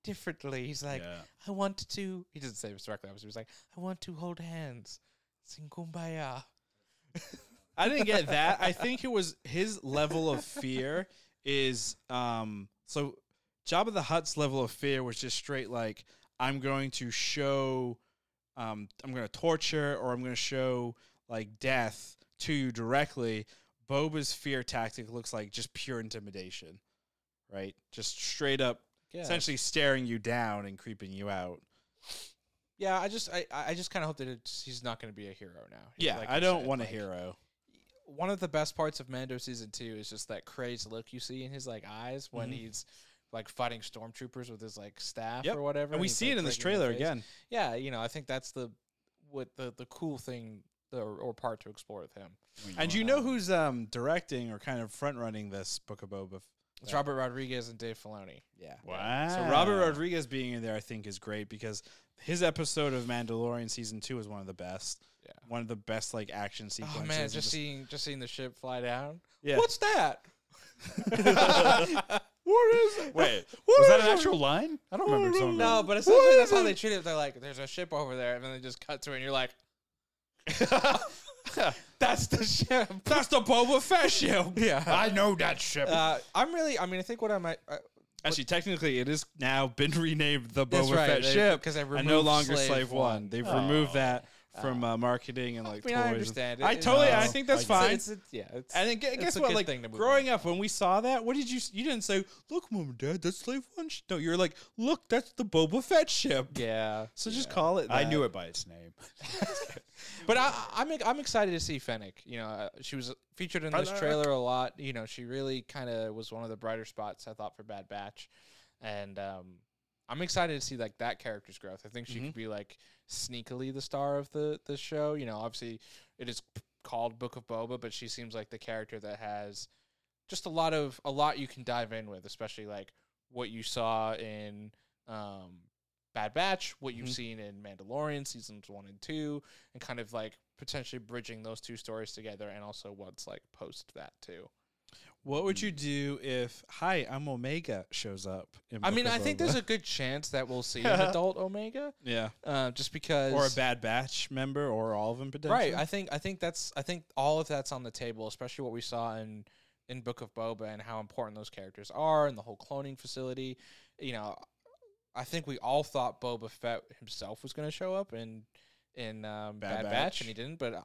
Speaker 3: differently." He's like, "I want to." He didn't say this directly. Obviously, he was like, "I want to hold hands, sing kumbaya."
Speaker 1: I didn't get that. I think it was his level of fear is um so Jabba the Hutt's level of fear was just straight like I'm going to show um I'm going to torture or I'm going to show like death to you directly. Boba's fear tactic looks like just pure intimidation. Right? Just straight up
Speaker 3: Yeah.
Speaker 1: essentially staring you down and creeping you out.
Speaker 3: Yeah, I just I, I I just kind of hope that it's, he's not going to be a hero now.
Speaker 1: Yeah,
Speaker 3: Like
Speaker 1: I
Speaker 3: you
Speaker 1: don't
Speaker 3: said,
Speaker 1: want a
Speaker 3: like,
Speaker 1: hero.
Speaker 3: One of the best parts of Mando season two is just that crazed look you see in his like eyes when
Speaker 1: Mhm.
Speaker 3: he's like fighting stormtroopers with his like staff
Speaker 1: Yep.
Speaker 3: or whatever.
Speaker 1: And we
Speaker 3: he's,
Speaker 1: see
Speaker 3: like,
Speaker 1: it in this
Speaker 3: breaking their
Speaker 1: trailer
Speaker 3: face.
Speaker 1: again.
Speaker 3: Yeah, you know, I think that's the what the the cool thing the, or part to explore with him.
Speaker 1: And
Speaker 3: Well,
Speaker 1: you know
Speaker 3: um,
Speaker 1: who's um, directing or kind of front running this Book of Boba? F-
Speaker 3: It's
Speaker 1: Yeah.
Speaker 3: Robert Rodriguez and Dave Filoni.
Speaker 1: Yeah.
Speaker 2: wow.
Speaker 1: So Robert Rodriguez being in there, I think, is great because his episode of Mandalorian season two is one of the best.
Speaker 3: Yeah.
Speaker 1: One of the best like action sequences.
Speaker 3: Oh man,
Speaker 1: and
Speaker 3: just, seeing just seeing the ship fly down.
Speaker 1: yeah.
Speaker 3: What's that?
Speaker 2: What is Wait,
Speaker 3: What
Speaker 2: was that
Speaker 3: is
Speaker 2: an
Speaker 3: it?
Speaker 2: actual line? I don't remember. someone-
Speaker 3: No, but essentially that's how they treat it. They're like, "There's a ship over there," and then they just cut to it, and you're like, "That's the ship."
Speaker 1: That's the Boba Fett show.
Speaker 3: yeah.
Speaker 2: I know that ship.
Speaker 3: Uh, I'm really. I mean, I think what I might. Uh,
Speaker 1: Actually, technically, it is now been renamed the Boba Fett ship
Speaker 3: because I
Speaker 1: and no longer Slave, One. They've removed
Speaker 3: Oh.
Speaker 1: that from uh, marketing and
Speaker 3: I
Speaker 1: like
Speaker 3: mean, I
Speaker 1: toys.
Speaker 3: understand it.
Speaker 1: I
Speaker 3: It-
Speaker 1: totally.
Speaker 3: no.
Speaker 1: I think that's
Speaker 3: It's a-
Speaker 1: fine.
Speaker 3: it's a- yeah, it's,
Speaker 1: And then, gu-
Speaker 3: It's
Speaker 1: guess
Speaker 3: a
Speaker 1: what?
Speaker 3: good
Speaker 1: Like
Speaker 3: thing to move
Speaker 1: growing
Speaker 3: on.
Speaker 1: up, when we saw that, what did you? s- You didn't say, "Look, mom and dad, that's slave one." sh-" No, you're like, "Look, that's the Boba Fett ship."
Speaker 3: yeah.
Speaker 1: So just call it.
Speaker 2: I
Speaker 1: that.
Speaker 2: knew it by its name.
Speaker 3: But I, I'm ex- I'm excited to see Fennec. You know, uh, she was featured in this
Speaker 2: Fennec.
Speaker 3: trailer a lot. You know, she really kind of was one of the brighter spots I thought for Bad Batch, and um, I'm excited to see like that character's growth. I think she could be like sneakily the star of the the show. You know, obviously it is p- called Book of Boba, but she seems like the character that has just a lot of a lot you can dive in with, especially like what you saw in um, Bad Batch, what you've
Speaker 1: Mhm.
Speaker 3: seen in Mandalorian seasons one and two, and kind of like potentially bridging those two stories together, and also what's like post that too.
Speaker 1: What would you do if "Hi, I'm Omega" shows up? In
Speaker 3: I mean,
Speaker 1: Book
Speaker 3: I
Speaker 1: of
Speaker 3: think
Speaker 1: Boba?
Speaker 3: there's a good chance that we'll see an adult Omega,
Speaker 1: yeah,
Speaker 3: uh, just because
Speaker 1: or a Bad Batch member, or all of them potentially.
Speaker 3: Right. I think I think that's I think all of that's on the table, especially what we saw in in Book of Boba and how important those characters are and the whole cloning facility. You know, I think we all thought Boba Fett himself was going to show up in in um,
Speaker 1: Bad
Speaker 3: Bad, Batch.
Speaker 1: Batch.
Speaker 3: and he didn't. But uh,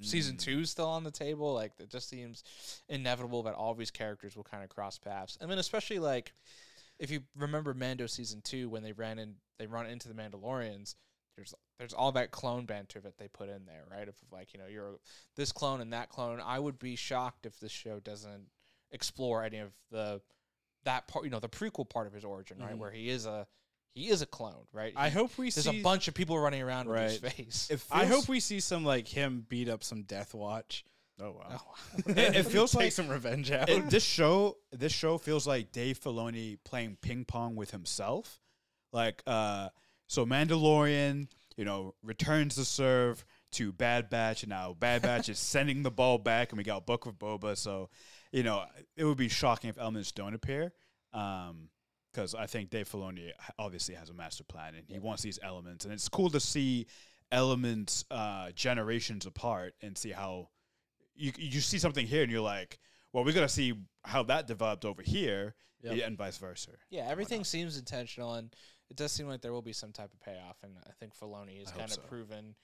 Speaker 3: season
Speaker 2: Mm.
Speaker 3: two's still on the table. Like it just seems inevitable that all of these characters will kind of cross paths. I mean, especially like if you remember Mando season two when they ran in, they run into the Mandalorians. There's there's all that clone banter that they put in there, right? Of like you know you're this clone and that clone. I would be shocked if this show doesn't explore any of the that part, you know, the prequel part of his origin, right,
Speaker 1: Mhm.
Speaker 3: where he is a he is a clone, right?
Speaker 1: I
Speaker 3: He-
Speaker 1: hope we
Speaker 3: there's
Speaker 1: see.
Speaker 3: a bunch of people running around with his
Speaker 1: Right.
Speaker 3: face.
Speaker 2: It
Speaker 1: I
Speaker 2: feels-
Speaker 1: hope we see some like him beat up some Death Watch.
Speaker 2: Oh wow.
Speaker 3: Oh,
Speaker 2: it, it feels
Speaker 1: take
Speaker 2: like
Speaker 1: some revenge out.
Speaker 2: it- this show. This show feels like Dave Filoni playing ping pong with himself. Like uh, so, Mandalorian, you know, returns the serve to Bad Batch, and now Bad Batch is sending the ball back, and we got Book of Boba. So, you know, it would be shocking if elements don't appear. Um, because I think Dave Filoni h- obviously has a master plan, and he wants these elements, and it's cool to see elements uh, generations apart and see how you you see something here and you're like, well, we're gonna see how that developed over here,
Speaker 1: Yep.
Speaker 2: yeah, and vice versa.
Speaker 3: yeah, everything seems intentional, and it does seem like there will be some type of payoff. And I think Filoni has
Speaker 2: I hope
Speaker 3: kind of
Speaker 2: so.
Speaker 3: proven,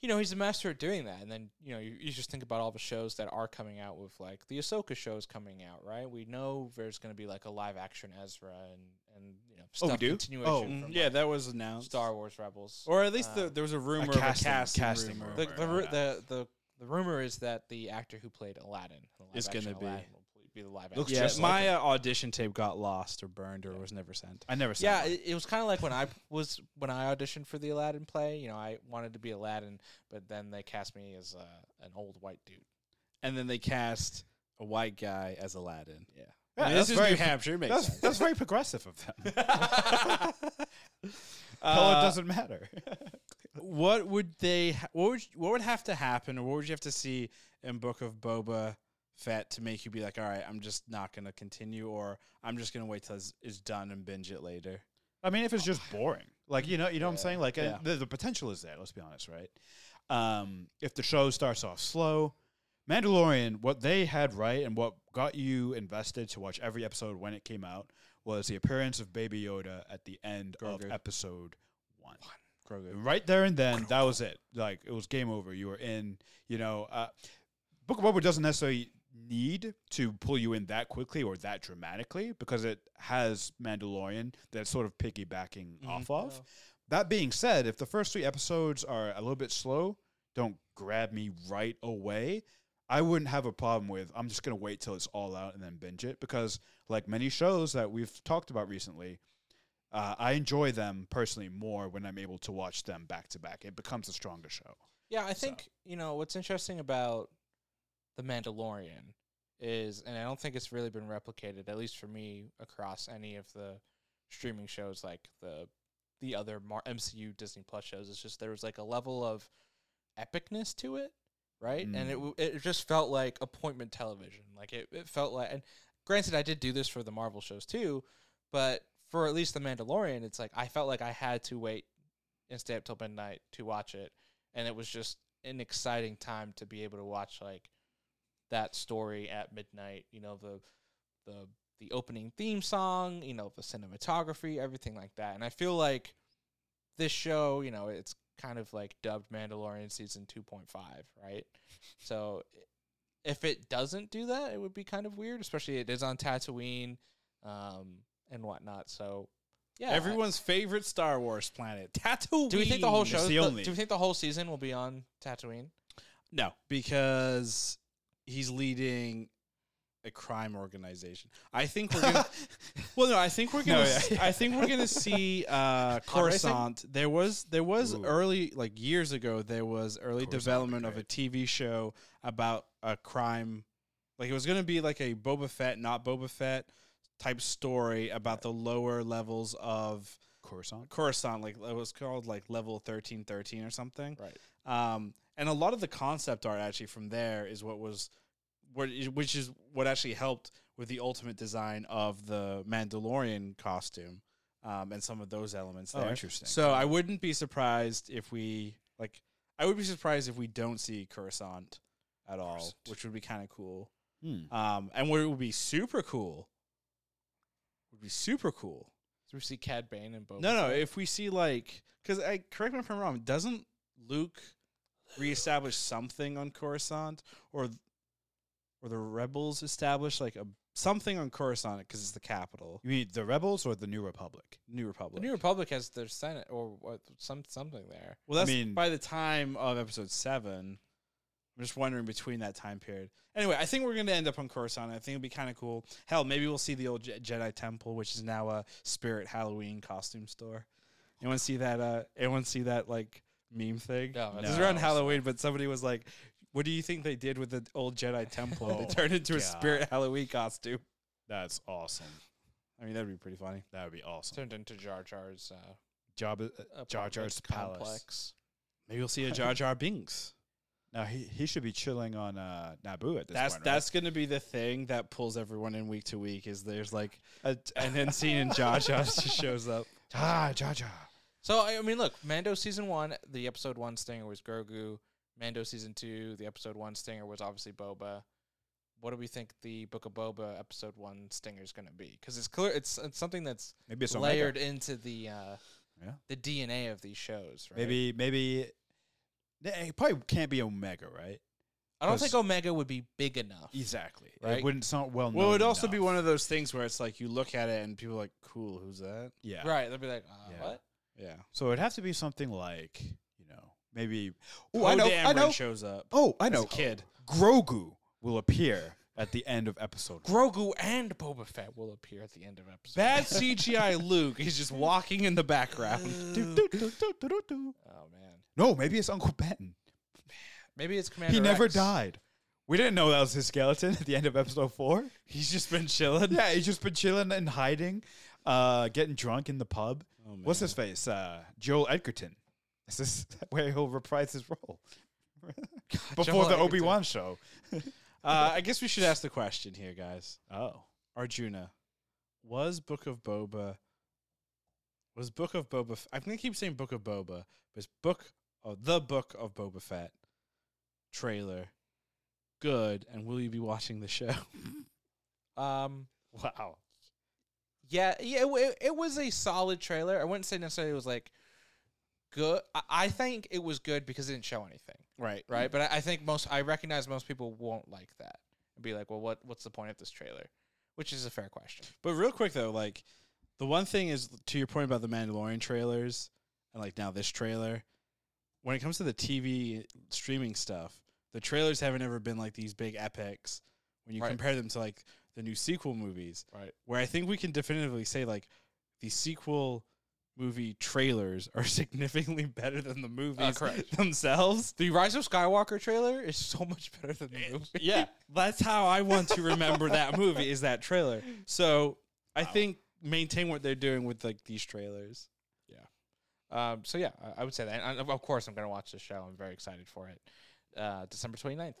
Speaker 3: you know, he's a master at doing that. And then you know, you, you just think about all the shows that are coming out with like the Ahsoka shows coming out, right? We know there's going to be like a live action Ezra and and you know
Speaker 2: Oh,
Speaker 3: stuff
Speaker 2: we do?
Speaker 3: continuation
Speaker 2: Oh,
Speaker 3: from
Speaker 1: Mm,
Speaker 3: like,
Speaker 1: yeah, that was announced.
Speaker 3: Star Wars Rebels.
Speaker 1: or at least
Speaker 3: Uh,
Speaker 1: the, there was a rumor of
Speaker 2: casting-
Speaker 1: a casting,
Speaker 2: casting
Speaker 1: rumor.
Speaker 2: rumor.
Speaker 3: the the,
Speaker 2: or
Speaker 3: ru-
Speaker 2: not.
Speaker 3: the the the rumor is that the actor who played Aladdin in the live
Speaker 1: Is gonna
Speaker 3: action
Speaker 1: be-
Speaker 3: Aladdin will pl- be the live
Speaker 2: Looks
Speaker 3: action.
Speaker 1: yeah,
Speaker 2: just like
Speaker 1: my uh, audition tape got lost or burned or was never sent.
Speaker 2: I never. Saw
Speaker 3: yeah,
Speaker 2: one.
Speaker 3: it, it was kind of like when I p- was when I auditioned for the Aladdin play. You know, I wanted to be Aladdin, but then they cast me as uh, an old white dude.
Speaker 1: And then they cast a white guy as Aladdin.
Speaker 3: Yeah.
Speaker 1: I mean, this
Speaker 2: Yeah, that's
Speaker 1: is
Speaker 2: very
Speaker 1: New Hampshire. It makes
Speaker 2: that's,
Speaker 1: sense.
Speaker 2: that's very progressive of them. Uh, Color
Speaker 1: Uh,
Speaker 2: doesn't matter.
Speaker 1: what would they? ha- What would what would have to happen, or what would you have to see in Book of Boba Fett to make you be like, all right, I'm just not going to continue, or I'm just going to wait till it's, it's done and binge it later.
Speaker 2: I mean, if it's just boring, like you know, you know what I'm
Speaker 3: Yeah.
Speaker 2: saying. Like uh,
Speaker 1: Yeah.
Speaker 2: the, the potential is there. Let's be honest, right? Um, if the show starts off slow, Mandalorian, what they had right and what got you invested to watch every episode when it came out was the appearance of Baby Yoda at the end of
Speaker 1: Grogu.
Speaker 2: episode one.
Speaker 1: Grogu.
Speaker 2: Right there and then, that was it. Like it was game over. You were in. You know, uh, Book of Boba doesn't necessarily need to pull you in that quickly or that dramatically because it has Mandalorian that's sort of piggybacking
Speaker 3: Mm-hmm.
Speaker 2: off of. That being said, if the first three episodes are a little bit slow, don't grab me right away. I wouldn't have a problem with. I'm just gonna wait till it's all out and then binge it because, like many shows that we've talked about recently, uh, I enjoy them personally more when I'm able to watch them back to back. It becomes a stronger show.
Speaker 3: Yeah, I
Speaker 2: So.
Speaker 3: think you know what's interesting about the Mandalorian is, and I don't think it's really been replicated, at least for me, across any of the streaming shows like the the other Mar- MCU Disney Plus shows. It's just there was like a level of epicness to it, right? And it
Speaker 2: Mm.
Speaker 3: w- it just felt like appointment television. Like it, it felt like, and granted, I did do this for the Marvel shows too, but for at least the Mandalorian, it's like I felt like I had to wait and stay up till midnight to watch it, and it was just an exciting time to be able to watch like that story at midnight. You know the the the opening theme song, you know the cinematography, everything like that, and I feel like this show, you know, it's kind of like dubbed Mandalorian season 2.5, right? So if it doesn't do that, it would be kind of weird, especially it is on Tatooine um, and whatnot. So yeah, I-
Speaker 1: Everyone's favorite Star Wars planet, Tatooine.
Speaker 3: do we think the whole show?
Speaker 2: the
Speaker 3: the-
Speaker 2: only-
Speaker 3: Do we think the whole season will be on Tatooine?
Speaker 1: No, because he's leading a crime organization. I think we're gonna, well, no, I think we're gonna,
Speaker 2: No,
Speaker 1: s- I think we're gonna see uh,
Speaker 3: Pod racing?
Speaker 1: Coruscant. There was there was
Speaker 2: Ooh.
Speaker 1: early like years ago. There was early
Speaker 2: Coruscant would be
Speaker 1: development of a
Speaker 2: great.
Speaker 1: TV show about a crime. Like it was gonna be like a Boba Fett, not Boba Fett type story about the lower levels of
Speaker 2: Coruscant.
Speaker 1: Coruscant, like it was called like level thirteen thirteen or something.
Speaker 3: Right.
Speaker 1: Um, and a lot of the concept art actually from there is what was, what is- which is what actually helped with the ultimate design of the Mandalorian costume, um, and some of those elements
Speaker 2: Oh,
Speaker 1: there.
Speaker 2: interesting.
Speaker 1: so I wouldn't be surprised if we like, I would be surprised if we don't see Coruscant at all,
Speaker 2: Coruscant.
Speaker 1: which would be kind of cool.
Speaker 2: Hmm.
Speaker 1: Um, and what would be super cool would be super cool
Speaker 3: So we see Cad Bane and Boba.
Speaker 1: No, no.
Speaker 3: Fett.
Speaker 1: If we see like, because I correct me if I'm wrong. Doesn't Luke reestablish something on Coruscant, or th- or the rebels establish like a something on Coruscant because it's the capital,
Speaker 2: You mean the rebels or the New Republic?
Speaker 1: New
Speaker 3: the
Speaker 1: Republic.
Speaker 3: New Republic has their Senate or what, some something there.
Speaker 1: well, that's
Speaker 2: I mean-
Speaker 1: by the time of Episode Seven. I'm just wondering between that time period. Anyway, I think we're going to end up on Coruscant. I think it'd be kind of cool. Hell, maybe we'll see the old Je- Jedi Temple, which is now a Spirit Halloween costume store. Anyone see that? Uh, anyone see that like meme thing?
Speaker 3: No,
Speaker 1: This is
Speaker 3: no.
Speaker 1: around Halloween, but somebody was like, "What do you think they did with the old Jedi temple? they
Speaker 2: Oh,
Speaker 1: turned into a
Speaker 2: God.
Speaker 1: spirit Halloween costume."
Speaker 2: That's awesome.
Speaker 1: I mean, that'd be pretty funny.
Speaker 2: That would be awesome.
Speaker 3: Turned into Jar Jar's uh,
Speaker 2: Jabba, uh, Jar
Speaker 3: apartment
Speaker 2: Jar's palace.
Speaker 3: complex.
Speaker 1: Maybe we'll see a Jar Jar Binks.
Speaker 2: Now he, he should be chilling on uh, Naboo at this
Speaker 1: That's
Speaker 2: point. right?
Speaker 1: that's gonna be the thing that pulls everyone in week to week. Is there's like
Speaker 2: Uh,
Speaker 1: an unseen and Jar Jar just shows up.
Speaker 2: Ah, Jar Jar.
Speaker 3: So I I mean, look, Mando season one, the episode one stinger was Grogu. Mando season two, the episode one stinger was obviously Boba. What do we think the Book of Boba episode one stinger is going to be? Because it's clear it's, it's something that's
Speaker 2: Maybe it's Omega.
Speaker 3: layered into the uh,
Speaker 2: Yeah.
Speaker 3: the DNA of these shows. Right?
Speaker 2: Maybe maybe it probably can't be Omega, right?
Speaker 3: I don't think
Speaker 2: 'cause-
Speaker 3: Omega would be big enough.
Speaker 2: Exactly.
Speaker 3: Right?
Speaker 2: It wouldn't sound well.
Speaker 1: Well, it would
Speaker 2: known
Speaker 1: also be
Speaker 2: enough.
Speaker 1: one of those things where it's like you look at it and people are like, "Cool, who's that?"
Speaker 2: Yeah.
Speaker 3: Right? They'd be like, uh,
Speaker 2: Yeah.
Speaker 3: what?
Speaker 1: Yeah.
Speaker 2: So it'd have to be something like you know maybe. Oh,
Speaker 1: Oh,
Speaker 2: I know. I
Speaker 1: Dameron
Speaker 2: know.
Speaker 1: Shows up.
Speaker 2: Oh, I
Speaker 1: as
Speaker 2: know.
Speaker 1: a kid.
Speaker 2: Grogu will appear at the end of episode. one.
Speaker 3: Grogu and Boba Fett will appear at the end of episode.
Speaker 1: Bad CGI Luke. He's just walking in the background.
Speaker 2: Do, do, do, do, do, do, do.
Speaker 3: oh man,
Speaker 2: No, maybe it's Uncle Ben.
Speaker 3: maybe it's Commander.
Speaker 2: He never
Speaker 3: Rex.
Speaker 2: died. We didn't know that was his skeleton at the end of episode four.
Speaker 1: He's just been chilling.
Speaker 2: Yeah, he's just been chilling and hiding, uh, getting drunk in the pub.
Speaker 1: Oh,
Speaker 2: What's his face? Uh, Joel Edgerton. This is where he'll reprise his role before
Speaker 3: Joel
Speaker 2: the
Speaker 3: Edgerton.
Speaker 2: Obi Wan show.
Speaker 1: Uh, I guess we should ask the question here, guys.
Speaker 2: Oh,
Speaker 1: Arjuna, was Book of Boba? Was Book of Boba? F- I'm gonna keep saying Book of Boba, but it's Book of the Book of Boba Fett trailer good? And will you be watching the show?
Speaker 3: Um,
Speaker 2: wow!
Speaker 3: Yeah, yeah, it, wa- it, it was a solid trailer. I wouldn't say necessarily it was like good. I, I think it was good because it didn't show anything,
Speaker 1: Right,
Speaker 3: right? But I, I think most I recognize most people won't like that and be like, "Well, what what's the point of this trailer?" Which is a fair question.
Speaker 1: But real quick though, like the one thing is to your point about the Mandalorian trailers and like now this trailer. When it comes to the TV streaming stuff, the trailers haven't ever been like these big epics. When you
Speaker 3: Right.
Speaker 1: compare them to like the new sequel movies,
Speaker 3: Right.
Speaker 1: where I think we can definitively say like the sequel movie trailers are significantly better than the movies
Speaker 3: Uh, correct.
Speaker 1: themselves.
Speaker 3: The Rise of Skywalker trailer is so much better than the movie.
Speaker 1: Yeah, that's how I want to remember that movie is that trailer. So I think maintain what they're doing with like these trailers.
Speaker 3: Um, so yeah, I, I would say that. And I, of course, I'm gonna watch the show. I'm very excited for it. Uh, December 29th.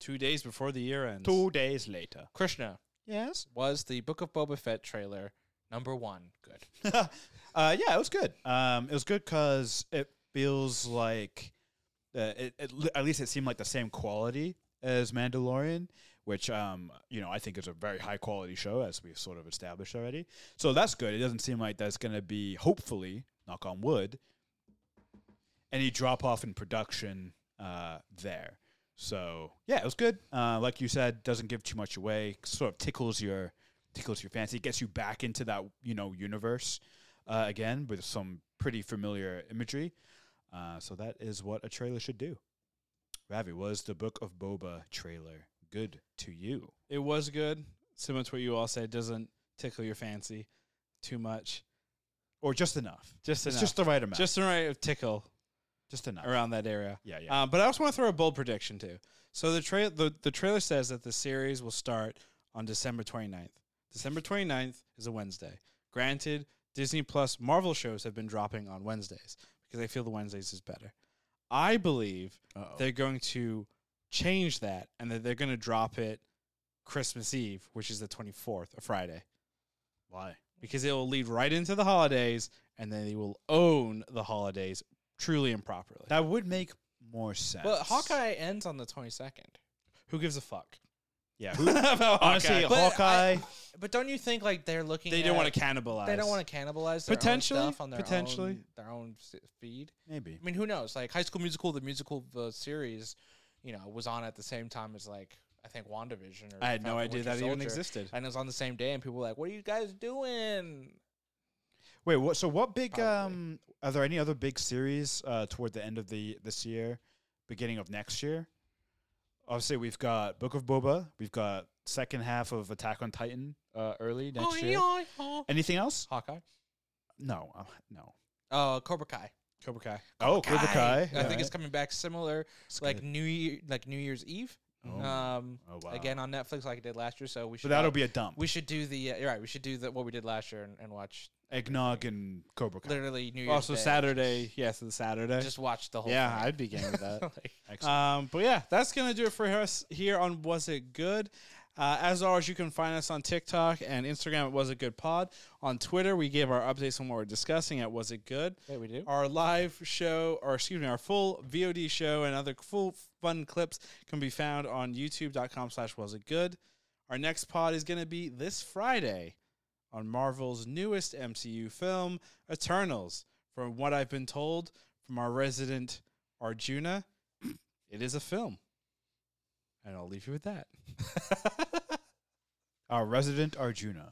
Speaker 1: Two days before the year ends.
Speaker 2: Two days later.
Speaker 3: Krishna
Speaker 2: Yes.
Speaker 3: was the Book of Boba Fett trailer number one. Good.
Speaker 2: uh, yeah, it was good. Um, it was good because it feels like, uh, it, it, li- at least it seemed like the same quality as Mandalorian, which um, you know I think is a very high quality show as we've sort of established already. So that's good. It doesn't seem like that's going to be hopefully knock on wood any drop off in production uh, there. So yeah, it was good. Uh, like you said, doesn't give too much away. Sort of tickles your tickles your fancy. Gets you back into that you know universe uh, again with some pretty familiar imagery. Uh, so that is what a trailer should do. Ravi, was the Book of Boba trailer good to you?
Speaker 1: It was good. Similar to what you all said, doesn't tickle your fancy too much.
Speaker 2: Or just enough?
Speaker 1: Just
Speaker 2: It's
Speaker 1: enough.
Speaker 2: just
Speaker 1: Just,
Speaker 2: the right amount.
Speaker 1: just the right of tickle
Speaker 2: just enough.
Speaker 1: around that area.
Speaker 2: Yeah, yeah.
Speaker 1: Um, but I also want to throw a bold prediction too. So the, tra- the the trailer says that the series will start on December 29th. December 29th is a Wednesday. Granted, Disney Plus Marvel shows have been dropping on Wednesdays because they feel the Wednesdays is better. I believe
Speaker 2: Uh-oh.
Speaker 1: they're going to change that and that they're going to drop it Christmas Eve, which is the 24th, a Friday,
Speaker 2: Why?
Speaker 1: because it will lead right into the holidays and then they will own the holidays truly and properly.
Speaker 2: That would make more sense.
Speaker 3: But Hawkeye ends on the 22nd.
Speaker 1: Who gives a fuck?
Speaker 2: Yeah. Who,
Speaker 1: About
Speaker 2: honestly,
Speaker 1: Hawkeye.
Speaker 3: But I-
Speaker 2: Hawkeye.
Speaker 3: But don't you think like they're looking?
Speaker 1: They
Speaker 3: at,
Speaker 1: don't want to cannibalize.
Speaker 3: They don't want to cannibalize their
Speaker 1: Potentially,
Speaker 3: own stuff on their
Speaker 1: potentially.
Speaker 3: own, their own s- feed.
Speaker 2: Maybe.
Speaker 3: I mean, who knows? Like High School Musical, the musical the series, you know, was on at the same time as like I think WandaVision. Or
Speaker 1: I had no
Speaker 3: Falcon
Speaker 1: idea
Speaker 3: Winter
Speaker 1: that even
Speaker 3: Soldier.
Speaker 1: existed.
Speaker 3: And it was on the same day, and people were like, "What are you guys doing?"
Speaker 2: Wait, what? So what big?
Speaker 3: Probably.
Speaker 2: Um, are there any other big series uh, toward the end of the this year, beginning of next year? Obviously, we've got Book of Boba. We've got second half of Attack on Titan uh, early
Speaker 3: Oh,
Speaker 2: next year. Anything else?
Speaker 3: ah. Hawkeye.
Speaker 2: No, uh, no.
Speaker 3: Uh, Cobra Kai.
Speaker 1: Cobra Kai.
Speaker 2: Oh, Cobra Kai.
Speaker 3: I think it's coming back similar, like New Year, like New Year's Eve.
Speaker 2: Oh.
Speaker 3: Um,
Speaker 2: Oh, wow.
Speaker 3: again on Netflix, like it did last year. So we
Speaker 2: So
Speaker 3: should
Speaker 2: that'll
Speaker 3: all-
Speaker 2: be a dump.
Speaker 3: we should do the uh, you're right. We should do the what we did last year and, and watch
Speaker 2: Eggnog and Cobra Kai.
Speaker 3: literally New Year's
Speaker 1: Also
Speaker 3: Day.
Speaker 1: Saturday. Yes, the Saturday.
Speaker 3: Just watch the whole.
Speaker 1: yeah,
Speaker 3: thing.
Speaker 1: I'd be game with that.
Speaker 3: Like,
Speaker 2: Excellent.
Speaker 1: Um, but yeah, that's gonna do it for us here on Was It Good. Uh, as always, you can find us on TikTok and Instagram at Was It Good Pod. On Twitter, we give our updates on what we're discussing at Was It Good.
Speaker 3: wait, we do.
Speaker 1: Our live show, or excuse me, our full VOD show and other full fun clips can be found on youtube.com slash was it good. Our next pod is going to be this Friday on Marvel's newest MCU film, Eternals. From what I've been told from our resident Arjuna, it is a film. And I'll leave you with that.
Speaker 2: Our Uh, resident Arjuna.